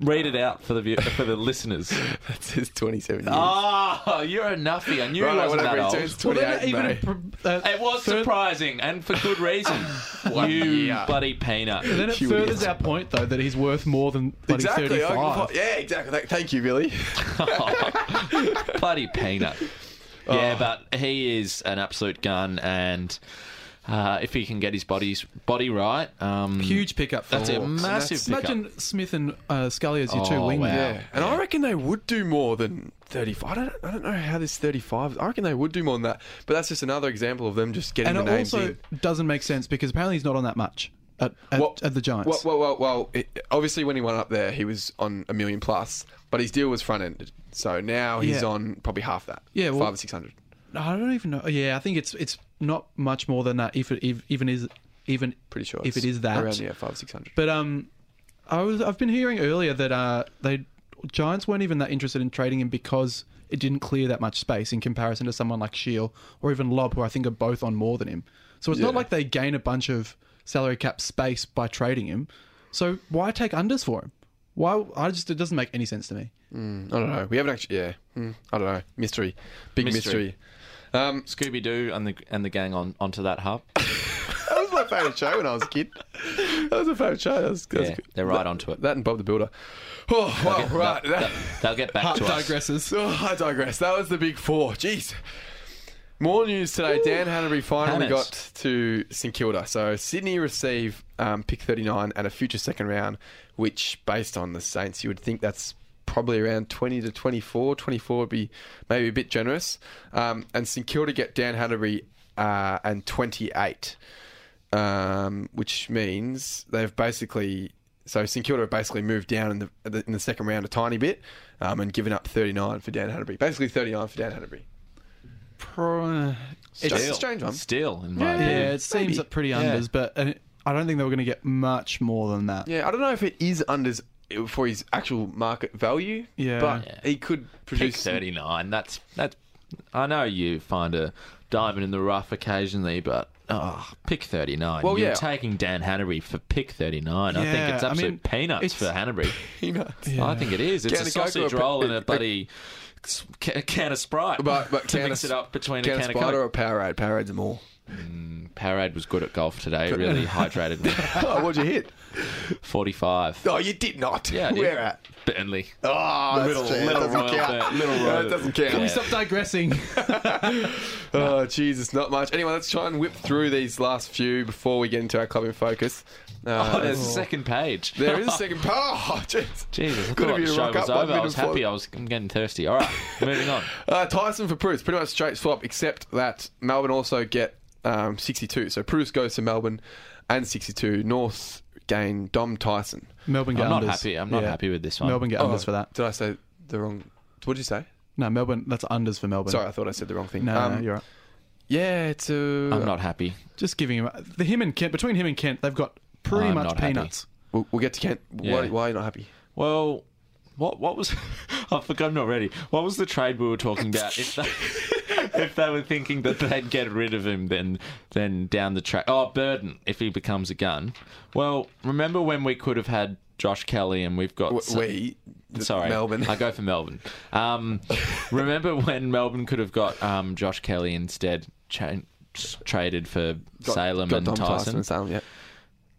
C: Read it out for the view- for the listeners.
A: (laughs) That says 27 years.
C: Ah, you're a nuffy. I knew
A: Right,
C: he wasn't
A: whatever,
C: that
A: he
C: old.
A: turns
B: Well,
A: 28
B: they're not
A: in May.
B: even a pr- uh,
C: It was
B: fur-
C: surprising, and for good reason.
A: (laughs) One
C: you
A: year.
C: bloody peanut.
B: Then it
A: Cute
B: furthers
A: idiot.
B: our point, though, that he's worth more than bloody
A: Exactly. I-
B: 35.
A: yeah, exactly. Th- Thank you, Billy.
C: (laughs) bloody peanut.
A: Oh.
C: Yeah, but he is an absolute gun, and uh, if he can get his body's body right, um,
B: Huge pickup for
C: That's a
B: Hawks.
C: massive pickup.
B: Imagine Smith and uh, Scully as your two
C: Oh,
B: wingmen.
C: wow.
A: Yeah. And I reckon they would do more than 35. I don't, I don't know how this 35. I reckon they would do more than that. But that's just another example of them just getting
B: And
A: the
B: it
A: names
B: also
A: in.
B: doesn't make sense because apparently he's not on that much at, at,
A: Well-
B: at the Giants.
A: Well, well, well, well it, obviously when he went up there, he was on a million plus, but his deal was front ended. So now he's
B: Yeah.
A: on probably half that.
B: Yeah, well-
A: five or six hundred.
B: I don't even know. Oh, Yeah, I think it's it's not much more than that. If it if, even is even
A: Pretty sure.
B: if
A: it's
B: it is that.
A: around yeah five or six hundred.
B: But um, I was I've been hearing earlier that uh they Giants weren't even that interested in trading him because it didn't clear that much space in comparison to someone like Shield or even Lobb, who I think are both on more than him. So it's not
A: Yeah.
B: like they gain a bunch of salary cap space by trading him. So why take unders for him? Why I just it doesn't make any sense to me.
A: I don't know. We haven't actually. Yeah, Hmm. I don't know. Mystery, big mystery.
C: Mystery.
A: Um,
C: Scooby Doo and the and the gang on onto that hub.
A: that was my favorite show when I was a kid. That was my favorite show. That was, that was
C: Yeah,
A: good.
C: they're right
A: That-
C: onto it.
A: That and Bob the Builder. Oh, wow, right.
C: They'll- they'll- they'll get back to us.
B: digresses.
A: Oh, I digress. That was the big four. Jeez. More news today. Dan Hanbury finally
C: Hannahs.
A: got to St Kilda. So Sydney receive um, pick 39 and a future second round, which, based on the Saints, you would think that's probably around 20 to 24. 24 would be maybe a bit generous. Um, and St Kilda get Dan Hanbury uh, and 28, um, which means they've basically. So St Kilda have basically moved down in the in the second round a tiny bit, um, and given up 39 for Dan Hanbury. Basically 39 for Dan Hanbury.
C: Still,
A: It's a strange one.
C: Still, in my
B: Yeah,
C: opinion.
B: it seems at pretty unders, but uh, I don't think they were going to get much more than that.
A: Yeah, I don't know if it is unders for his actual market value.
B: Yeah.
A: but
C: Yeah.
A: he could
C: Pick
A: produce.
C: thirty nine. That's that's. I know you find a diamond in the rough occasionally, but oh, pick thirty nine.
A: Well,
C: You're
A: yeah.
C: taking Dan Hanbury for pick thirty nine. I think
B: Yeah,
C: it's
B: I
C: absolute
B: mean,
C: peanuts
B: it's-
C: for
A: (laughs)
C: Hanbury.
A: Peanuts.
C: I think it is. It's
A: Can
C: a
A: of Coke or
C: sausage
A: a-
C: roll and
A: a-
C: a bloody c- can of Sprite
A: But, but
C: to
A: can
C: mix
A: of,
C: (laughs) it up between
A: can
C: a
A: of
C: can of
A: Sprite (laughs)
C: Coke.
A: or a Powerade? Powerade's more.
C: Mm, Powerade was good at golf today. It
A: (laughs)
C: Really hydrated me.
A: oh, what'd you hit?
C: 45.
A: Oh, you did not.
C: Yeah, I did.
A: Where at?
C: Burnley.
A: Oh,
D: That's
A: little,
D: fair.
A: little
D: Doesn't
A: royal
D: count.
A: bit.
C: Little
A: Yeah, it doesn't count.
C: Yeah.
B: Stop digressing.
A: Oh, Jesus, not much. Anyway, let's try and whip through these last few before we get into our club in focus. Uh,
C: Oh, there's a second page.
A: There is a second. (laughs) Oh, jeez.
C: Jesus, I
A: Good of
C: thought
A: you
C: the
A: to
C: show
A: rock
C: was
A: up one
C: over. I
A: minute
C: was
A: before-
C: happy. I was I'm getting thirsty.
A: (laughs)
C: All right, moving on.
A: Uh, Tyson for Bruce, pretty much straight swap, except that Melbourne also get um, 62. So Bruce goes to Melbourne and 62. North gain Dom Tyson.
B: (laughs) Melbourne.
C: I'm
B: get
C: not
B: unders.
C: happy. I'm not
B: Yeah.
C: happy with this one.
B: Melbourne get unders for that.
A: Did I say the wrong? What did you say?
B: No, Melbourne. That's unders for Melbourne.
A: Sorry, I thought I said the wrong thing.
B: No,
A: Um,
B: no, you're right.
A: yeah, it's uh, a.
C: I'm not happy.
B: Just giving him the him and Kent between him and Kent, they've got pretty
C: I'm
B: much
C: not happy.
B: peanuts.
A: We'll, we'll get to Kent. Why,
C: Yeah.
A: why are you not happy?
C: Well, what what was? (laughs) I forgot. I'm not ready. What was the trade we were talking about? If they,
A: (laughs)
C: if they were thinking that they'd get rid of him, then then down the track. Oh, Burden, if he becomes a gun. Well, remember when we could have had Josh Kelly, and we've got
A: W-
C: so-
A: we. th-
C: Sorry,
A: Melbourne.
C: I go for Melbourne. Um, remember when Melbourne could have got um, Josh Kelly instead, cha- traded for
A: (laughs) Got-
C: Salem
A: got
C: and
A: Dom
C: Tyson?
A: and Salem, yeah.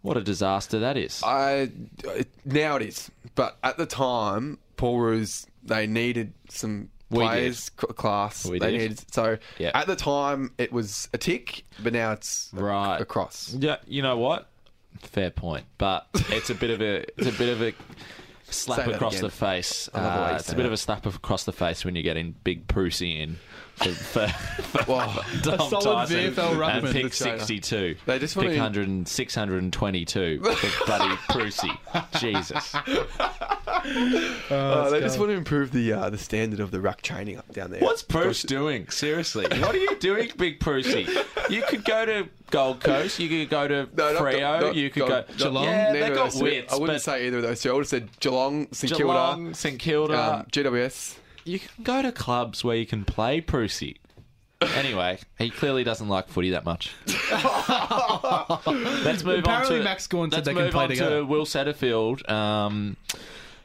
C: What a disaster that is!
A: I it, now it is, but at the time, Paul Roos they needed some
C: We did.
A: players c- class.
C: We
A: they
C: did.
A: needed so
C: Yeah.
A: at the time it was a tick, but now it's a-
C: Right.
A: a cross.
C: Yeah, you know what? Fair point, but it's a bit of a it's a bit of a slap
A: Say that
C: across
A: again.
C: the face.
A: I love the way
C: Uh,
A: you
C: it's
A: say
C: a bit
A: that.
C: of a slap across the face when you're getting big Prusy in for, for, for
A: Wow.
C: (laughs) Dom
B: solid
C: Tyson
B: VFL ruckman
C: and
B: to
C: pick
A: China.
C: 62.
A: They just
C: pick
A: wanna-
C: 100 and 622
A: (laughs)
C: for bloody Prusy. Jesus.
A: Uh, they just want to improve the uh, the standard of the ruck training up down there.
C: What's Bruce doing? Seriously, what are you doing, Big Prusy? You could go to Gold Coast. You could go to
A: No, not
C: Frio.
A: Go- not
C: you could
A: Go-
C: go,
A: not-
B: Geelong.
C: Yeah, they
A: Neither of
C: got
A: those two.
C: wits.
A: I wouldn't
C: but
A: say either of those two. I would have said Geelong, St
C: Geelong, St
A: Kilda,
C: Kilda.
A: um, GWS.
C: you can go to clubs where you can play Prusy. Anyway, he clearly doesn't like footy
B: (laughs)
C: that much. let's move
B: Apparently
C: on to
B: Max Gawn said
C: let's
B: they can
C: move
B: play
C: on
B: together.
C: to Will Satterfield, um,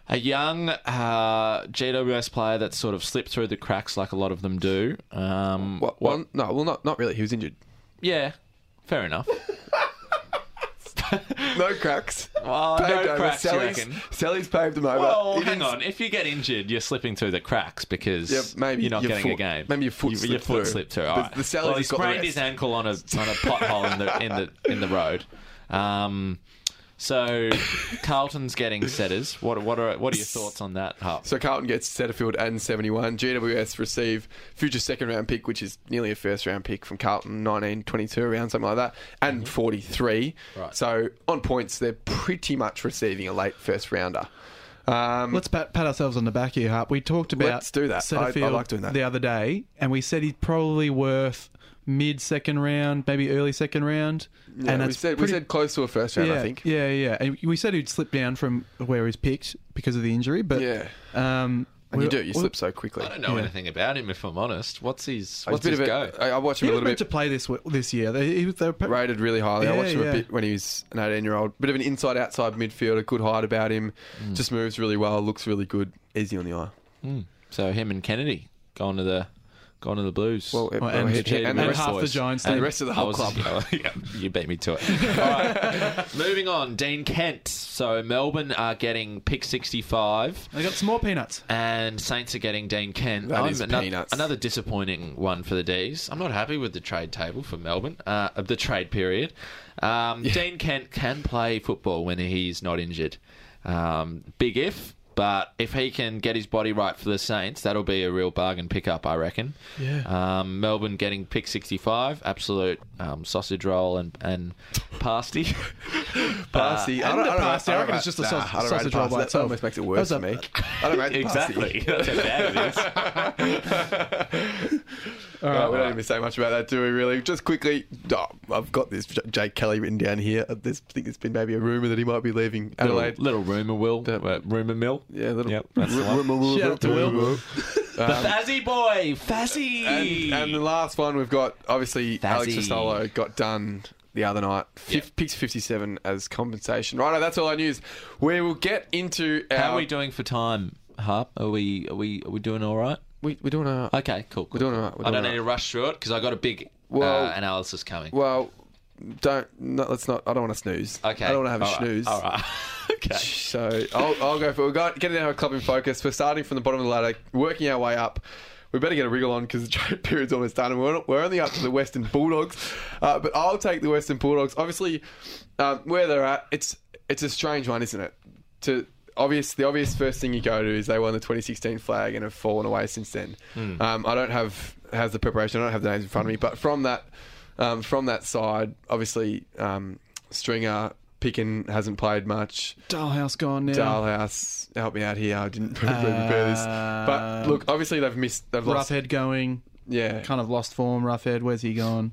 C: a young uh, GWS player that sort of slipped through the cracks like a lot of them do. Um,
A: What, one? No, well, not not really. He was injured.
C: Yeah, fair enough.
A: No cracks.
C: Oh,
A: Paved
C: no
A: over.
C: cracks, you
A: Sally's,
C: reckon?
A: Sally's paved them over.
C: Well,
A: It
C: hang
A: is-
C: on. If you get injured, you're slipping through the cracks because
A: Yeah, maybe
C: you're not
A: your
C: getting a
A: foot-
C: game.
A: maybe your foot
C: your,
A: slipped
C: foot
A: through.
C: slipped through.
A: The-
C: All right.
A: the Sally's
C: well, he
A: got the
C: sprained his
A: rest.
C: ankle on a on a pothole in the in the in the road. Um, so Carlton's getting setters. What what are what are your thoughts on that? Hup?
A: So Carlton gets Setterfield and 71. GWS receive future second round pick, which is nearly a first round pick from Carlton, 19, 22 around, something like that, and
B: Mm-hmm.
A: 43.
C: Right.
A: So on points, they're pretty much receiving a late first rounder. Um,
B: Let's pat, pat ourselves on the back here, Hart. We talked about
A: Let's do that. I- I
B: Setterfield
A: like doing that.
B: the other day, and we said he's probably worth mid second round, maybe early second round.
A: yeah,
B: and
A: we,
B: that's
A: said,
B: pretty-
A: we said close to a first round,
B: yeah,
A: I think.
B: Yeah, yeah. And we said he'd slip down from where he's picked because of the injury, but
A: Yeah.
B: um,
A: And
B: we-
A: you do, you
B: we-
A: slip so quickly.
C: I don't know anything about him, if I'm honest. What's his
A: It's
C: what's
A: a bit
C: his
A: of
C: go?
A: a, I, I watch him
B: He
A: a
B: was
A: little bit.
B: meant to play this w- this year. They, he was, they were pre-
A: rated really highly. I
B: Yeah,
A: watched him
B: yeah.
A: a bit when he was an 18 year old. Bit of an inside outside midfielder, good height about him.
B: Mm.
A: Just moves really well, looks really good, easy on the eye.
C: Mm. So him and Kennedy going to the going to the Blues.
A: Well, it-
B: Well,
A: well,
B: and-
A: he-
C: Yeah,
A: he- and,
B: and
A: the rest,
B: half
A: of
B: the
C: boys.
B: Giants
A: and
B: team.
A: the rest of the
C: I
A: whole
C: was-
A: club.
C: Oh, yeah, you beat me to
B: (laughs)
C: it. All right. Moving on, Dean Kent. So Melbourne are getting pick 65.
B: They got some more peanuts.
C: And Saints are getting Dean Kent.
A: That
C: I'm
A: is
C: ano-
A: peanuts.
C: Another disappointing one for the D's. I'm not happy with the trade table for Melbourne, uh, of the trade period. Um, Dean Kent can play football when he's not injured. Um, big if, but if he can get his body right for the Saints, that'll be a real bargain pickup, I reckon.
B: Yeah.
C: Um, Melbourne getting pick 65, absolute um, sausage roll and, and
A: (laughs)
C: pasty. Uh,
A: Parsi.
B: and the Parsi, I reckon it's just a
A: nah,
B: sausage-
A: I don't rate
B: sausage
A: the
B: roll
A: Parsi.
B: by
A: That
B: itself.
A: almost makes it worse
B: That
A: for
B: was
A: me. (laughs) I don't rate the Parsi.
C: exactly. (laughs) That's how bad
A: (laughs)
C: it is.
B: All
A: Uh,
B: right.
A: we don't even say much about that, do we? Really? Just quickly, oh, I've got this J- Jake Kelly written down here. Uh, There's, I think there's been maybe a rumor that he might be leaving Adelaide.
C: Little, little rumour will.
A: That-
C: uh, rumour mill.
A: yeah, a little.
C: Yep, that's the one.
B: Shout out to Will. (laughs)
C: The Fazzy boy, Fazzy.
A: And, Um, and the last one we've got, obviously, Alex
C: Fazzy.
A: Solo got done the other night. Fif- Picks 57 as compensation. Righto, that's all our news. We will get into our.
C: How are we doing for time, Harp? Are we are we are we doing all right?
A: We, we're doing all right.
C: Okay, cool.
A: We're doing all right, we're
C: I
A: doing
C: don't
A: all
C: need to rush through it because I got a big
A: Well-
C: uh, analysis coming.
A: Well, don't. No, let's not. I don't want to snooze.
C: okay.
A: I don't want to have a
C: All right.
A: snooze.
C: All right. (laughs) okay.
A: So I'll, I'll go for. We've got getting our club in focus. We're starting from the bottom of the ladder, working our way up. We better get a wriggle on because the (laughs) trade period's almost done, and we're, we're only up to the Western Bulldogs. Uh, but I'll take the Western Bulldogs. Obviously, um, where they're at, it's it's a strange one, isn't it? To obvious, the obvious first thing you go to is they won the 2016 flag and have fallen away since then. Um, I don't have has the preparation. I don't have the names in front of me, but from that um, from that side, obviously um, Stringer. Pickin hasn't played much.
B: Dalhouse gone now.
A: Dalhouse, help me out here. I didn't (laughs) prepare this, but
B: Um,
A: look, obviously they've missed. They've lost.
B: Roughhead going.
A: Yeah,
B: Kind of lost form. Roughhead, where's he gone?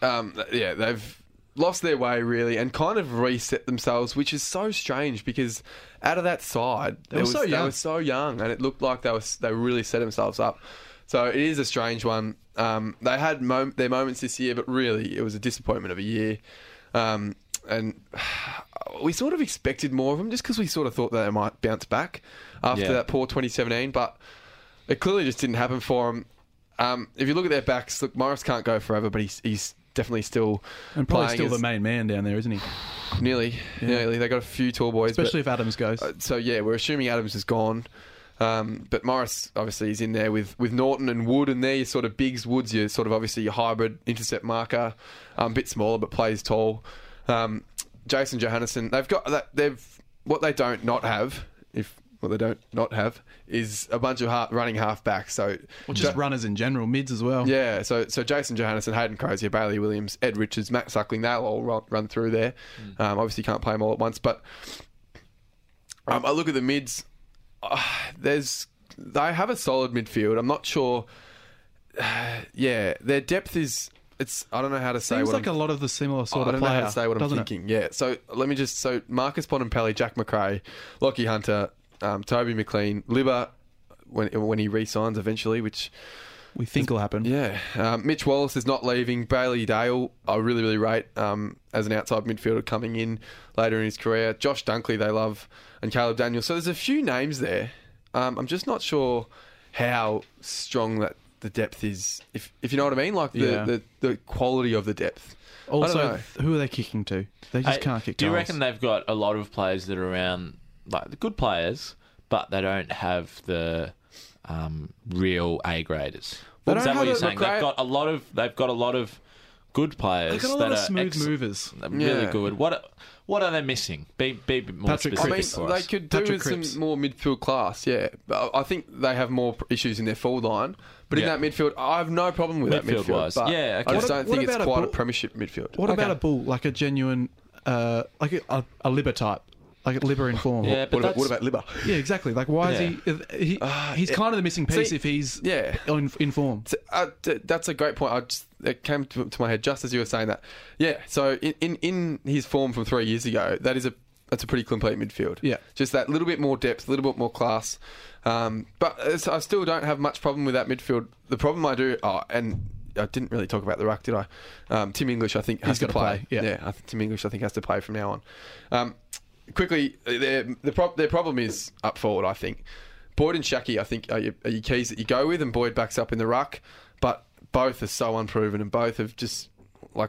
A: um, th- yeah, they've lost their way really, and kind of reset themselves, which is so strange because out of that side, they
B: were so
A: They
B: young.
A: were so young, and it looked like they were they really set themselves up. So it is a strange one. Um, they had mom- their moments this year, but really it was a disappointment of a year. Um, and uh, we sort of expected more of them just because we sort of thought that they might bounce back after
C: Yeah.
A: that poor 2017, but it clearly just didn't happen for them. Um, if you look at their backs, look, Morris can't go forever, but he's, he's definitely still
B: And probably
A: playing
B: still
A: as-
B: the main man down there, isn't he?
A: nearly, nearly. They got a few tall boys, but-
B: Especially if Adams goes.
A: uh, so yeah, we're assuming Adams is gone. Um, but Morris obviously is in there with, with Norton and Wood, and they're your sort of bigs. Wood's your sort of obviously your hybrid intercept marker, um, bit smaller but plays tall. Um, Jason Johannesson, they've got that. They've what they don't not have, if what they don't not have, is a bunch of ha running half backs. So
B: Or just runners in general, mids as well.
A: yeah, so so Jason Johannesson, Hayden Crozier, Bailey Williams, Ed Richards, Matt Suckling, they'll all run, run through there.
B: Hmm.
A: Um, obviously, can't play them all at once, but um, I look at the mids. Uh, there's they have a solid midfield. I'm not sure. (sighs) yeah, their depth is it's. I don't know how to say.
B: Seems
A: what
B: like
A: I'm-
B: a lot of the similar sort
A: I
B: of
A: don't
B: player.
A: know how to say what I'm
B: doesn't it?
A: thinking. Yeah. So let me just. So Marcus Bonampelli, Jack McRae, Lockie Hunter, um, Toby McLean, Libba, when when he re-signs eventually, which
B: We think will happen.
A: yeah, um, Mitch Wallace is not leaving. Bailey Dale, I really really rate um, as an outside midfielder coming in later in his career. Josh Dunkley, they love, and Caleb Daniel. So there's a few names there. Um, I'm just not sure how strong that the depth is. If if you know what I mean, like the
B: Yeah.
A: the, the quality of the depth. I don't
B: Also,
A: know.
B: who are they kicking to? They just
C: Hey,
B: can't kick.
C: Do you
B: goals.
C: reckon they've got a lot of players that are around, like the good players, but they don't have the um, real A graders?
A: They don't
C: Is that what
A: have
C: you're
A: a
C: saying?
A: McGrath-
C: They've got a lot of they've got a lot of good players
B: They've got a
C: that
B: lot of
C: are
B: smooth
C: ex-
B: movers.
C: really
A: Yeah.
C: good. What what are they missing? Be be more
B: Patrick
A: I
C: specific
A: mean,
B: Cripps.
C: for
A: they
C: us.
A: could do
B: Patrick
A: with some
B: Cripps.
A: more midfield class, yeah. But I I think they have more pr- issues in their forward line. But
C: Yeah.
A: in that midfield, I have no problem with that midfield.
C: Midfield-wise,
A: but
C: yeah, okay.
A: I just
B: What a-
A: don't
B: what
A: think it's
B: about a
A: quite a
B: ball-
A: premiership midfield.
B: What about
C: Okay.
B: a bull? Like a genuine, uh, like a, a, a Libber type, like a Libber in form.
C: Yeah, but
A: What about, what
C: that's-
A: about Libba?
B: Yeah, exactly. Like, why is he? he he's kind of the missing piece
A: Uh, see-
B: if he's
A: yeah.
B: on, in form.
A: T- uh, t- that's a great point. I just, it came to, to my head just as you were saying that. Yeah, so in, in, in his form from three years ago, that is a that's a pretty complete midfield.
B: Yeah.
A: just that little bit more depth, a little bit more class. Um, but it's, I still don't have much problem with that midfield. The problem I do, oh, and I didn't really talk about the ruck, did I? Um, Tim English, I think, has to
B: gotta
A: play.
B: play, yeah.
A: yeah, I think Tim English, I think, has to play from now on. Um, quickly, uh, their the prob- their problem is up forward. I think Boyd and Shaki, I think, are your, are your keys that you go with, and Boyd backs up in the ruck. But both are so unproven, and both have just like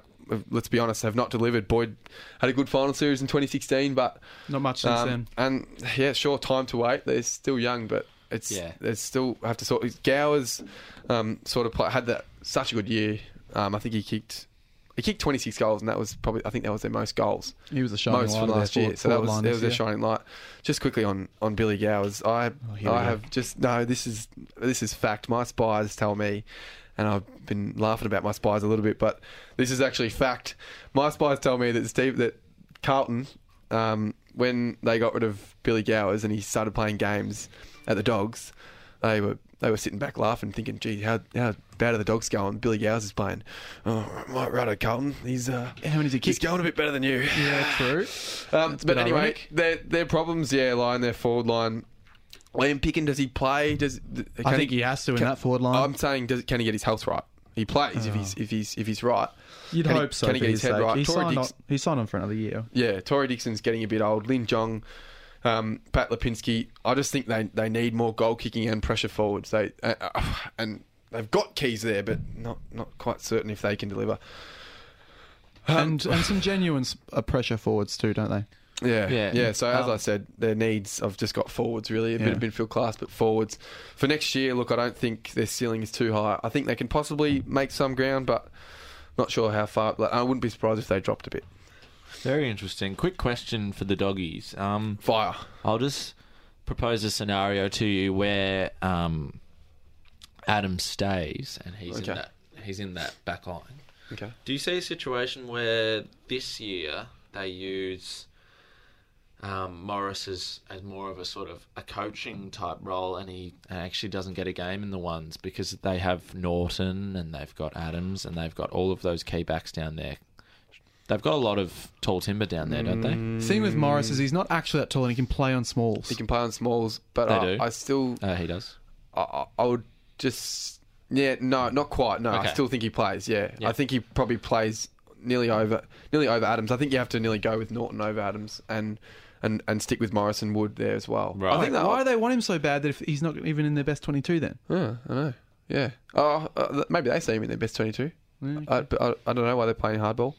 A: let's be honest, have not delivered. Boyd had a good final series in 2016, but
B: Not much since
A: um,
B: then.
A: and yeah, sure, time to wait. They're still young, but it's
C: Yeah.
A: they still have to sort. Gowers um, sort of play, had that such a good year. Um, I think he kicked he kicked 26 goals, and that was probably I think that was their most goals
B: He was the shining
A: most
B: light
A: from
B: of their
A: last
B: forward-
A: year. So that
B: forward
A: was
B: line
A: that
B: this
A: was their
B: year. Oh,
A: shining light. Just quickly on on Billy Gowers, I
B: here we
A: I
B: go.
A: have just no. This is this is fact. My spies tell me, and I've been laughing about my spies a little bit, but this is actually fact. My spies tell me that Steve that Carlton, um, when they got rid of Billy Gowers and he started playing games at the Dogs, they were. They were sitting back laughing, thinking, "Gee, how, how bad are the dogs going? Billy Gowers is playing. Oh, right, righto, Carlton. He's uh,
B: How many did he
A: he's
B: kick?
A: going a bit better than you.
B: Yeah, true.
A: Um,
B: That's a
A: but
B: bit
A: anyway,
B: ironic.
A: their their problems, yeah, lie in their forward line. Liam Pickin, does he play? Does th- can
B: I think he has to in
A: can- um,
B: that forward line.
A: I'm saying, does, can he get his health right? He plays if
B: Ah.
A: he's if he's if he's right.
B: You'd
A: can he-
B: hope so.
A: can he
B: for
A: get his head
B: sake.
A: right?
B: He
A: Torrey
B: signed, on,
A: Dix-
B: he signed on for another year.
A: Yeah, Tory Dixon's getting a bit old. Lin Jong, um, Pat Lipinski. I just think they they need more goal kicking and pressure forwards. They uh, uh, and they've got keys there, but not not quite certain if they can deliver.
B: and and some genuine s- uh, pressure forwards too, don't they?
A: Yeah,
C: Yeah.
A: yeah. So as
C: Um,
A: I said, their needs. I've just got forwards really, a
B: Yeah.
A: bit of midfield class, but forwards for next year. Look, I don't think their ceiling is too high. I think they can possibly make some ground, but not sure how far. Like, I wouldn't be surprised if they dropped a bit.
C: Very interesting. Quick question for the doggies. Um,
A: Fire.
C: I'll just propose a scenario to you where um, Adam stays and he's
A: Okay.
C: in that he's in that back line.
A: Okay.
C: Do you see a situation where this year they use um, Morris as, as more of a sort of a coaching type role and he actually doesn't get a game in the ones because they have Norton and they've got Adams and they've got all of those key backs down there. They've got a lot of tall timber down there, don't they?
B: Thing with Morris
A: Hmm.
B: is he's not actually that tall and he can play on smalls.
A: He can play on smalls, but
C: They
A: I,
C: do.
A: I still,
C: Uh, he does.
A: I- I, I would just, yeah, no, not quite. No,
C: Okay.
A: I still think he plays. Yeah.
C: Yeah.
A: I think he probably plays nearly over, nearly over Adams. I think you have to nearly go with Norton over Adams and and and stick with Morrison Wood there as well.
C: Right.
A: I
B: Like,
A: think that
B: why do they want him so bad that if he's not even in their best twenty-two? Then
A: Yeah, I know. Yeah. Oh, uh, th- maybe they see him in their best 22. I, but I, I don't know why they're playing hardball.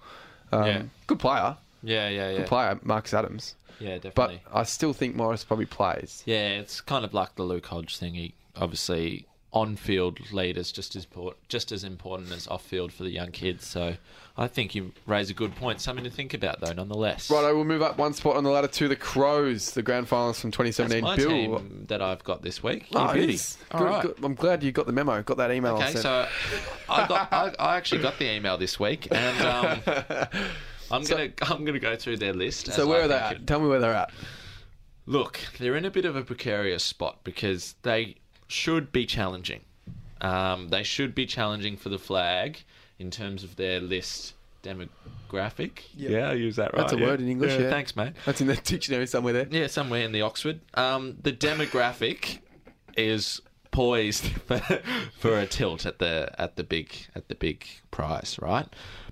A: Um,
C: Yeah.
A: Good player.
C: Yeah, yeah,
A: Good
C: yeah.
A: player, Marcus Adams.
C: yeah,
A: But
C: definitely.
A: I still think Morris probably plays.
C: Yeah, it's kind of like the Luke Hodge thing. He obviously on-field lead is just as por- just as important as off-field for the young kids. So I think you raise a good point. Something to think about, though, nonetheless.
A: Right, I will move up one spot on the ladder to the Crows, the grand finals from
C: That's
A: 2017.
C: my
A: Bill.
C: team that I've got this week.
A: Oh,
C: You
A: it
C: beauty.
A: is.
C: All
A: Good,
C: right.
A: good. I'm glad you got the memo, got that email. I
C: Okay,
A: sent.
C: so I got I, I actually got the email this week, and um,
A: (laughs)
C: I'm gonna I'm gonna go through their list. as
A: So where
C: I
A: are they
C: think
A: at?
C: it-
A: Tell me where they're at.
C: Look, they're in a bit of a precarious spot because they should be challenging. Um, they should be challenging for the flag in terms of their list demographic. Yeah, I use that right.
A: That's a word in English, yeah.
C: Thanks, mate.
A: That's in the (laughs) dictionary somewhere there.
C: Yeah, somewhere in the Oxford. Um, the demographic is poised (laughs) for, for a tilt at the at the big at the big prize, right?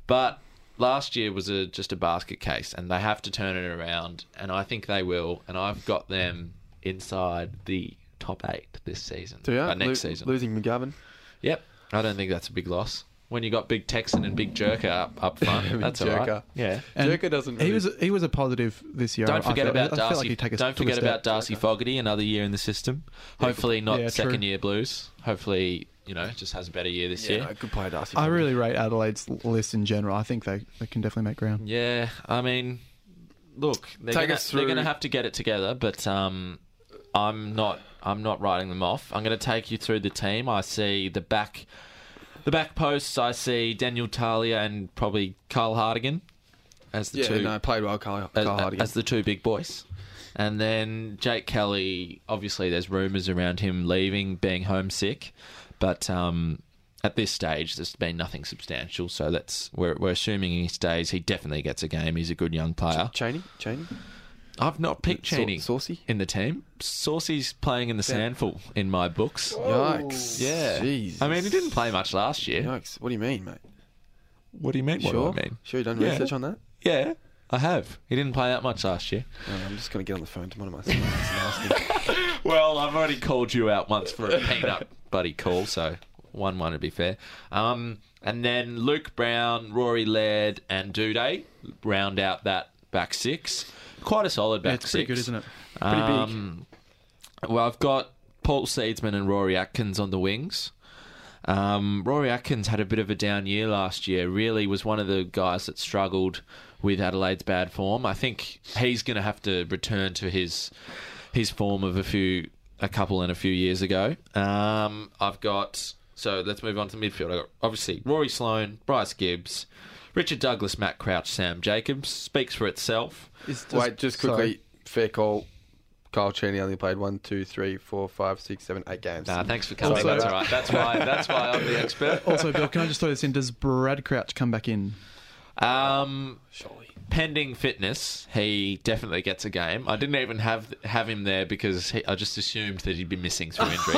C: But last year was a just a basket case, and they have to turn it around, and I think they will. And I've got them inside the top eight this season.
A: Do you?
C: Uh, next
A: Lo-
C: season.
A: Losing McGovern.
C: Yep. I don't think that's a big loss. When you got big Texan and big Jerker up up
A: (laughs)
C: front, that's all right.
A: Jerker.
C: Yeah.
B: And
A: Jerker doesn't really
B: he was he was a positive this year. I-
C: Don't forget
B: I feel,
C: about
B: I feel
C: Darcy.
B: like he'd take a,
C: don't
B: took a
C: forget
B: step.
C: about Darcy Fogarty, another year in the system. Hopefully not
B: yeah,
C: second
B: true.
C: year blues. Hopefully, you know, just has a better year this
A: yeah,
C: year.
A: no, good player, Darcy.
B: I really rate Adelaide's l- list in general. I think they, they can definitely make ground.
C: Yeah, I mean, look, they're
A: Take
C: gonna,
A: us
C: they're
A: through-
C: gonna have to get it together, but um, I'm not I'm not writing them off. I'm gonna take you through the team. I see the back the back posts. I see Daniel Talia and probably Carl Hardigan as the
A: Yeah,
C: two
A: no, played well, Carl,
C: as,
A: Carl Hardigan.
C: as the two big boys. And then Jake Kelly, obviously, there's rumours around him leaving, being homesick, but um, at this stage, there's been nothing substantial. So that's we're, we're assuming he stays. He definitely gets a game. He's a good young player.
A: Cheney? Cheney?
C: I've not picked
A: Sau-
C: Cheney
A: Saucy?
C: in the team. Saucy's playing in the sandful in my books.
A: Yikes.
C: Yeah,
A: Jeez.
C: I mean, he didn't play much last year.
A: Yikes. What do you mean, mate?
C: What do you mean?
A: sure. Sure, you done
C: Yeah.
A: research on that?
C: Yeah, I have. He didn't play that much last year.
A: No, Oh, I'm just going to get on the phone to one of my sons and ask
C: (laughs)
A: him.
C: Well, I've already called you out once for a peanut buddy call, so one one to be fair. Um, and then Luke Brown, Rory Laird, and Duday round out that back six. Quite a solid back
B: Yeah, it's
C: six,
B: pretty good, isn't it?
A: Pretty big.
C: big. Um, Well, I've got Paul Seedsman and Rory Atkins on the wings. Um, Rory Atkins had a bit of a down year last year. Really, was one of the guys that struggled with Adelaide's bad form. I think he's going to have to return to his his form of a few, a couple and a few years ago. Um, I've got so let's move on to midfield. I got obviously Rory Sloan, Bryce Gibbs, Richard Douglas, Matt Crouch, Sam Jacobs. Speaks for itself.
B: It's just-
A: Wait, just quickly,
B: sorry.
A: fair call. Carl Cheney only played one, two, three, four, five, six, seven, eight games.
C: Nah, thanks for coming.
B: Also-
C: that's all right. That's why. That's why I'm the
B: (laughs)
C: expert.
B: Also, Bill, can I just throw this in? Does Brad Crouch come back in?
C: Um,
A: Surely.
C: pending fitness, he definitely gets a game. I didn't even have have him there because he, I just assumed that he'd be missing through injury.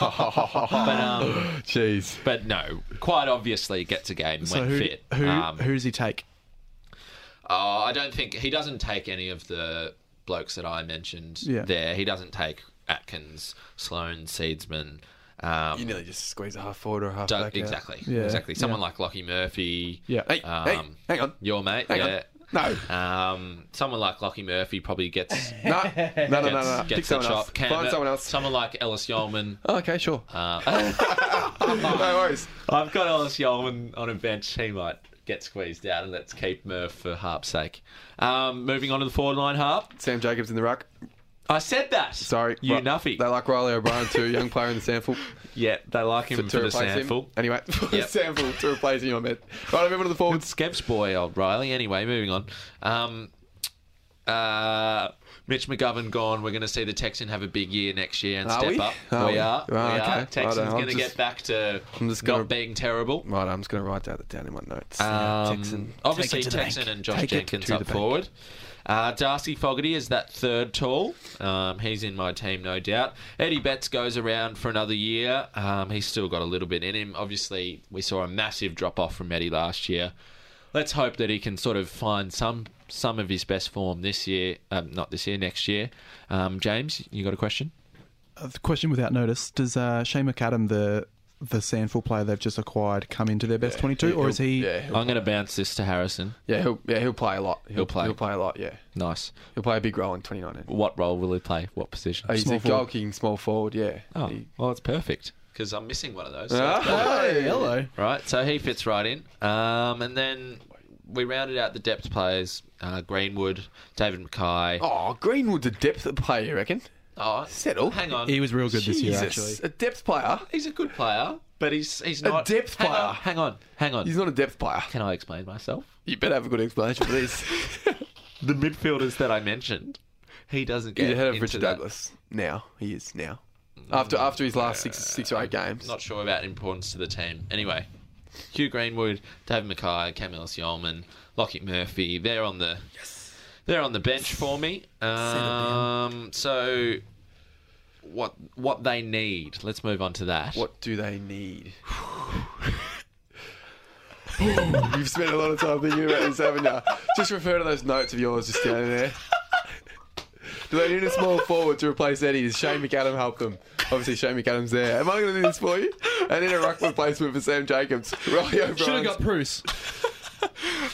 B: (laughs)
C: but um,
A: Jeez.
C: but no, quite obviously gets a game when
B: So who
C: fit.
B: who
C: um,
B: who does he take?
C: Oh, I don't think he doesn't take any of the blokes that I mentioned
B: Yeah.
C: there. He doesn't take Atkins, Sloan, Seedsman, Um,
A: You nearly just squeeze a half forward or a half
C: don't-
A: back. out.
C: exactly,
B: Yeah.
C: exactly. Someone
B: Yeah.
C: like Lockie Murphy.
B: Yeah.
A: Hey, hey,
C: Um,
A: hang on.
C: your mate.
A: Hang on.
C: yeah.
A: No.
C: Um, someone like Lockie Murphy probably gets
A: (laughs)
C: (laughs)
A: No, no, no, no,
C: gets,
A: no. Pick
C: gets the
A: someone else.
C: chop. Cam-
A: Find someone else.
C: Someone like
A: (laughs)
C: Ellis Yeoman.
A: Oh, okay, sure.
C: (laughs) Uh,
A: no worries.
C: I've got Ellis Yeoman on a bench. He might get squeezed out, and let's keep Murph for Harp's sake. Um, moving on to the forward line, Harp.
A: Sam Jacobs in the ruck.
C: I said that.
A: Sorry.
C: you
A: Ri-
C: nuffy.
A: They like Riley O'Brien too, young player in the
C: (laughs)
A: sample.
C: yeah, they like him for
A: to
C: the
A: replace him.
C: sample.
A: Anyway, (laughs) for the
C: Yep.
A: sample to replace him, I meant. Right, moving on to the
C: Good
A: forwards.
C: Skev's boy, old Riley. Anyway, moving on. Um, uh, Mitch McGovern gone. We're going to see the Texan have a big year next year and
A: Are
C: step
A: we?
C: up.
A: Are
C: we,
A: we?
C: are.
A: Ah, okay.
C: we are. Texan's
A: Righto, I'm
C: going to
A: just-
C: get back to
A: I'm just gonna-
C: not being terrible.
A: (laughs) Right, I'm just going to write that down in my notes.
C: Um, Obviously,
B: Take it to the
C: Texan
B: bank.
C: and Josh
B: Take it
C: Jenkins
B: to
C: up
B: the bank.
C: forward. Uh, Darcy Fogarty is that third tall. Um, he's in my team, no doubt. Eddie Betts goes around for another year. Um, he's still got a little bit in him. Obviously, we saw a massive drop off from Eddie last year. Let's hope that he can sort of find some some of his best form this year. Um, not this year, next year. Um, James, you got a question?
B: Uh, the question without notice: Does uh, Shane McAdam, the the Sandford player they've just acquired, come into their best twenty-two, or is he?
A: Yeah, he'll,
C: I'm going to bounce this to Harrison.
A: yeah, he'll, yeah, he'll play a lot. He'll,
C: play.
A: He'll play a lot. Yeah,
C: Nice.
A: he'll play a big role in 2019.
C: What role will he play? What position?
A: Oh, he's
B: Small
A: a
B: forward.
A: goal-kicking small forward. Yeah.
C: Oh,
A: He-
C: well, it's perfect because I'm missing one of those. so
A: Ah,
C: it's perfect.
B: Hey, hello.
C: Right, so he fits right in. Um, and then we rounded out the depth players: uh, Greenwood, David Mackay.
A: Oh, Greenwood's a depth player, you reckon?
C: Oh,
A: settle.
C: Hang on,
B: He was real good this year, actually.
A: Jesus, a depth player.
C: he's a good player, but he's he's
A: A
C: not
A: depth
C: hang
A: player.
C: On, hang on, hang on.
A: He's not a depth player.
C: Can I explain myself?
A: You better have a good explanation for this.
C: The midfielders that I mentioned, he doesn't get
A: He's ahead of
C: into
A: Richard
C: that. Mm.
A: Douglas now. He is now. After after his last six six or eight games.
C: Not sure about importance to the team. Anyway, Hugh Greenwood, David Mackay, Camille Yeoman, Lockett Murphy, they're on the they're on the bench for me. Um, so what what they need. Let's move on to that.
A: What do they
C: (sighs)
A: need? (laughs) You've spent a lot of time thinking about this, haven't you? Just refer to those notes of yours just down there. Do they need a small forward to replace Eddie? Does Shane McAdam help them? Obviously, Shane McAdam's there. Am I going to do this for you? I need a ruck replacement for Sam Jacobs. Riley
B: Should have
A: O'Brien.
B: got Bruce.
C: (laughs)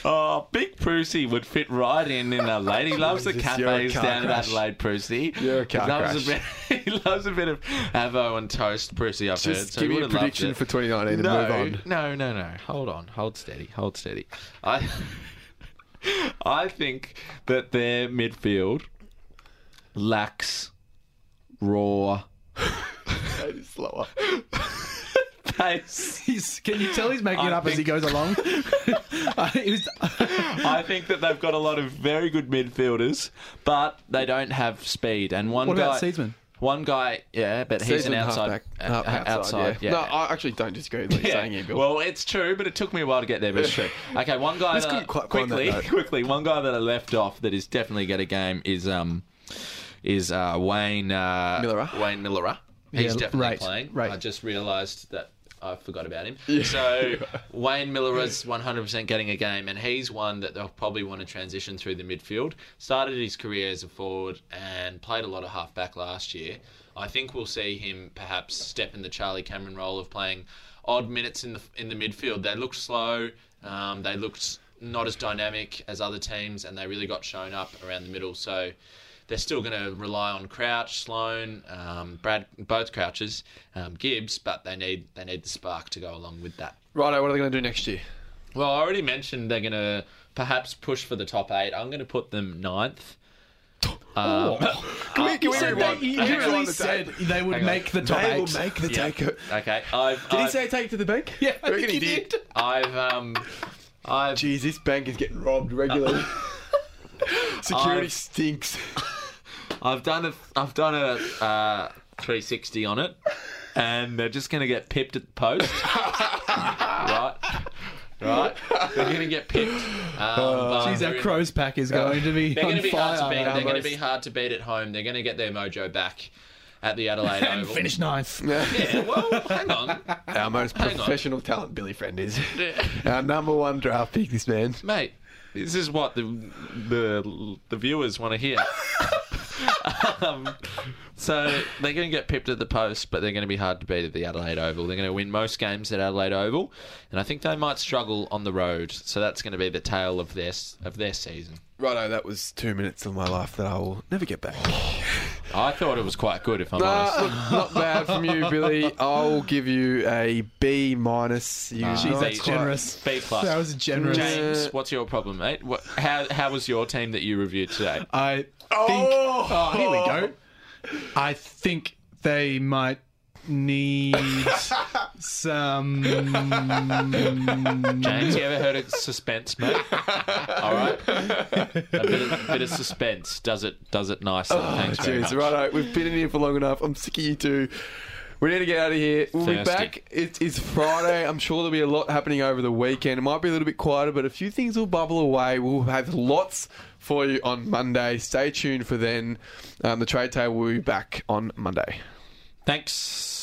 C: Oh, Big Prusy would fit right in in
A: (laughs)
C: a lady loves the
A: Jesus,
C: cafes
A: you're a car
C: down in
A: crash.
C: Adelaide. Prusy,
A: You're a
C: He
A: car
C: loves A bit, (laughs) he loves a bit of avo and toast. Prusy, I've heard.
A: Just
C: So
A: give me
C: he
A: a
C: would have loved
A: prediction
C: it.
A: for 2019 and move
C: (laughs)
A: on.
C: No, no, no. Hold on. Hold steady. Hold steady. I (laughs) I think that their midfield lacks raw
A: That is slower.
C: pace.
B: He's, can you tell he's making it
C: I
B: up as he
C: think-
B: goes
C: (laughs)
B: along? (laughs) I, it was,
C: I think that they've got a lot of very good midfielders, but they don't have speed. And one
B: what
C: guy,
B: about Seedsman?
C: one guy, yeah, but he's
A: Season
C: an outside,
A: halfback-
C: uh,
A: half-
C: outside, yeah.
A: No, I actually don't disagree with what you're
C: Yeah.
A: saying here, Bill.
C: Well, it's true, but it took me a while to get there. But
A: (laughs)
C: it's true. Okay, one guy
A: Let's
C: that,
A: quick- quick find that
C: quickly,
A: note.
C: (laughs) quickly, one guy that I left off that is definitely going to game is um is uh, Wayne uh,
A: Millera.
C: Wayne Millera. He's
B: Yeah,
C: definitely
B: right,
C: playing.
B: right.
C: I just realised that. I forgot about him.
B: (laughs)
C: So Wayne Miller is 100% getting a game, and he's one that they'll probably want to transition through the midfield. Started his career as a forward and played a lot of halfback last year. I think we'll see him perhaps step in the Charlie Cameron role of playing odd minutes in the in the midfield. They looked slow. Um, they looked not as dynamic as other teams, and they really got shown up around the middle. So they're still going to rely on Crouch, Sloan, um, Brad, both Crouches, um, Gibbs, but they need they need the spark to go along with that.
A: Righto, what are they going to do next year?
C: Well, I already mentioned they're going to perhaps push for the top eight. I'm going to put them ninth.
A: Oh.
C: Um,
A: Can we, can we rewind-
B: he
A: can we
B: literally
A: rewind the tape?
B: said they would
C: Hang on.
B: make the top
A: They
B: eight.
A: will make the
B: (laughs)
C: Yeah.
A: takeover.
C: okay, I've
A: Did he
C: I've,
A: say take it to the bank? Yeah, I reckon he did.
C: I've um, I've
A: Jeez, this bank is getting robbed (laughs) regularly. Security (laughs)
C: I've-
A: stinks.
C: I've done a I've done a uh, 360 on it, and they're just gonna get pipped at
A: (laughs)
C: the post, right? Right? They're gonna get pipped. Um,
A: Oh.
C: but
B: Jeez,
C: they're
B: our
C: in-
B: Crows pack is going to be
C: they're
B: on
C: gonna be hard to beat.
B: fire.
C: They're gonna be hard to beat at home. They're gonna get their mojo back at
B: (laughs)
C: the Adelaide
B: and
C: Oval.
B: finish ninth.
C: Yeah, well, hang on,
A: (laughs) Our most
C: Hang on.
A: professional talent, Billy Friend, is. (laughs) Our number one draft pick, this man.
C: (laughs) mate. This is what the the the viewers want to hear. um, so they're going to get pipped at the post, but they're going to be hard to beat at the Adelaide Oval. They're going to win most games at Adelaide Oval, and I think they might struggle on the road. So that's going to be the tail of their of their season.
A: Righto, that was two minutes of my life that I will never get (laughs) back. Ah.
C: I thought it was quite good, if I'm
A: Nah,
C: honest.
A: look, not bad from you, Billy. I'll give you a B minus. You
C: Nah,
A: not
C: Jeez,
B: that's
C: B-
A: quite-
B: generous.
C: B plus.
B: That was generous.
C: James, what's your problem, mate? What, how how was your team that you reviewed today?
B: I think. Oh, here we go. I think they might need
C: (laughs)
B: some.
C: James, you ever heard of suspense, mate? All right, a bit of, bit of suspense does it does it nicely. Thanks very
A: Cheers.
C: much.
A: Righto, we've been in here for long enough. I'm sick of you two. We need to get out of here. We'll be
C: Thirsty.
A: back. It is Friday. I'm sure there'll be a lot happening over the weekend. It might be a little bit quieter, but a few things will bubble away. We'll have lots for you on Monday. Stay tuned for then. Um, the trade table will be back on Monday.
C: Thanks.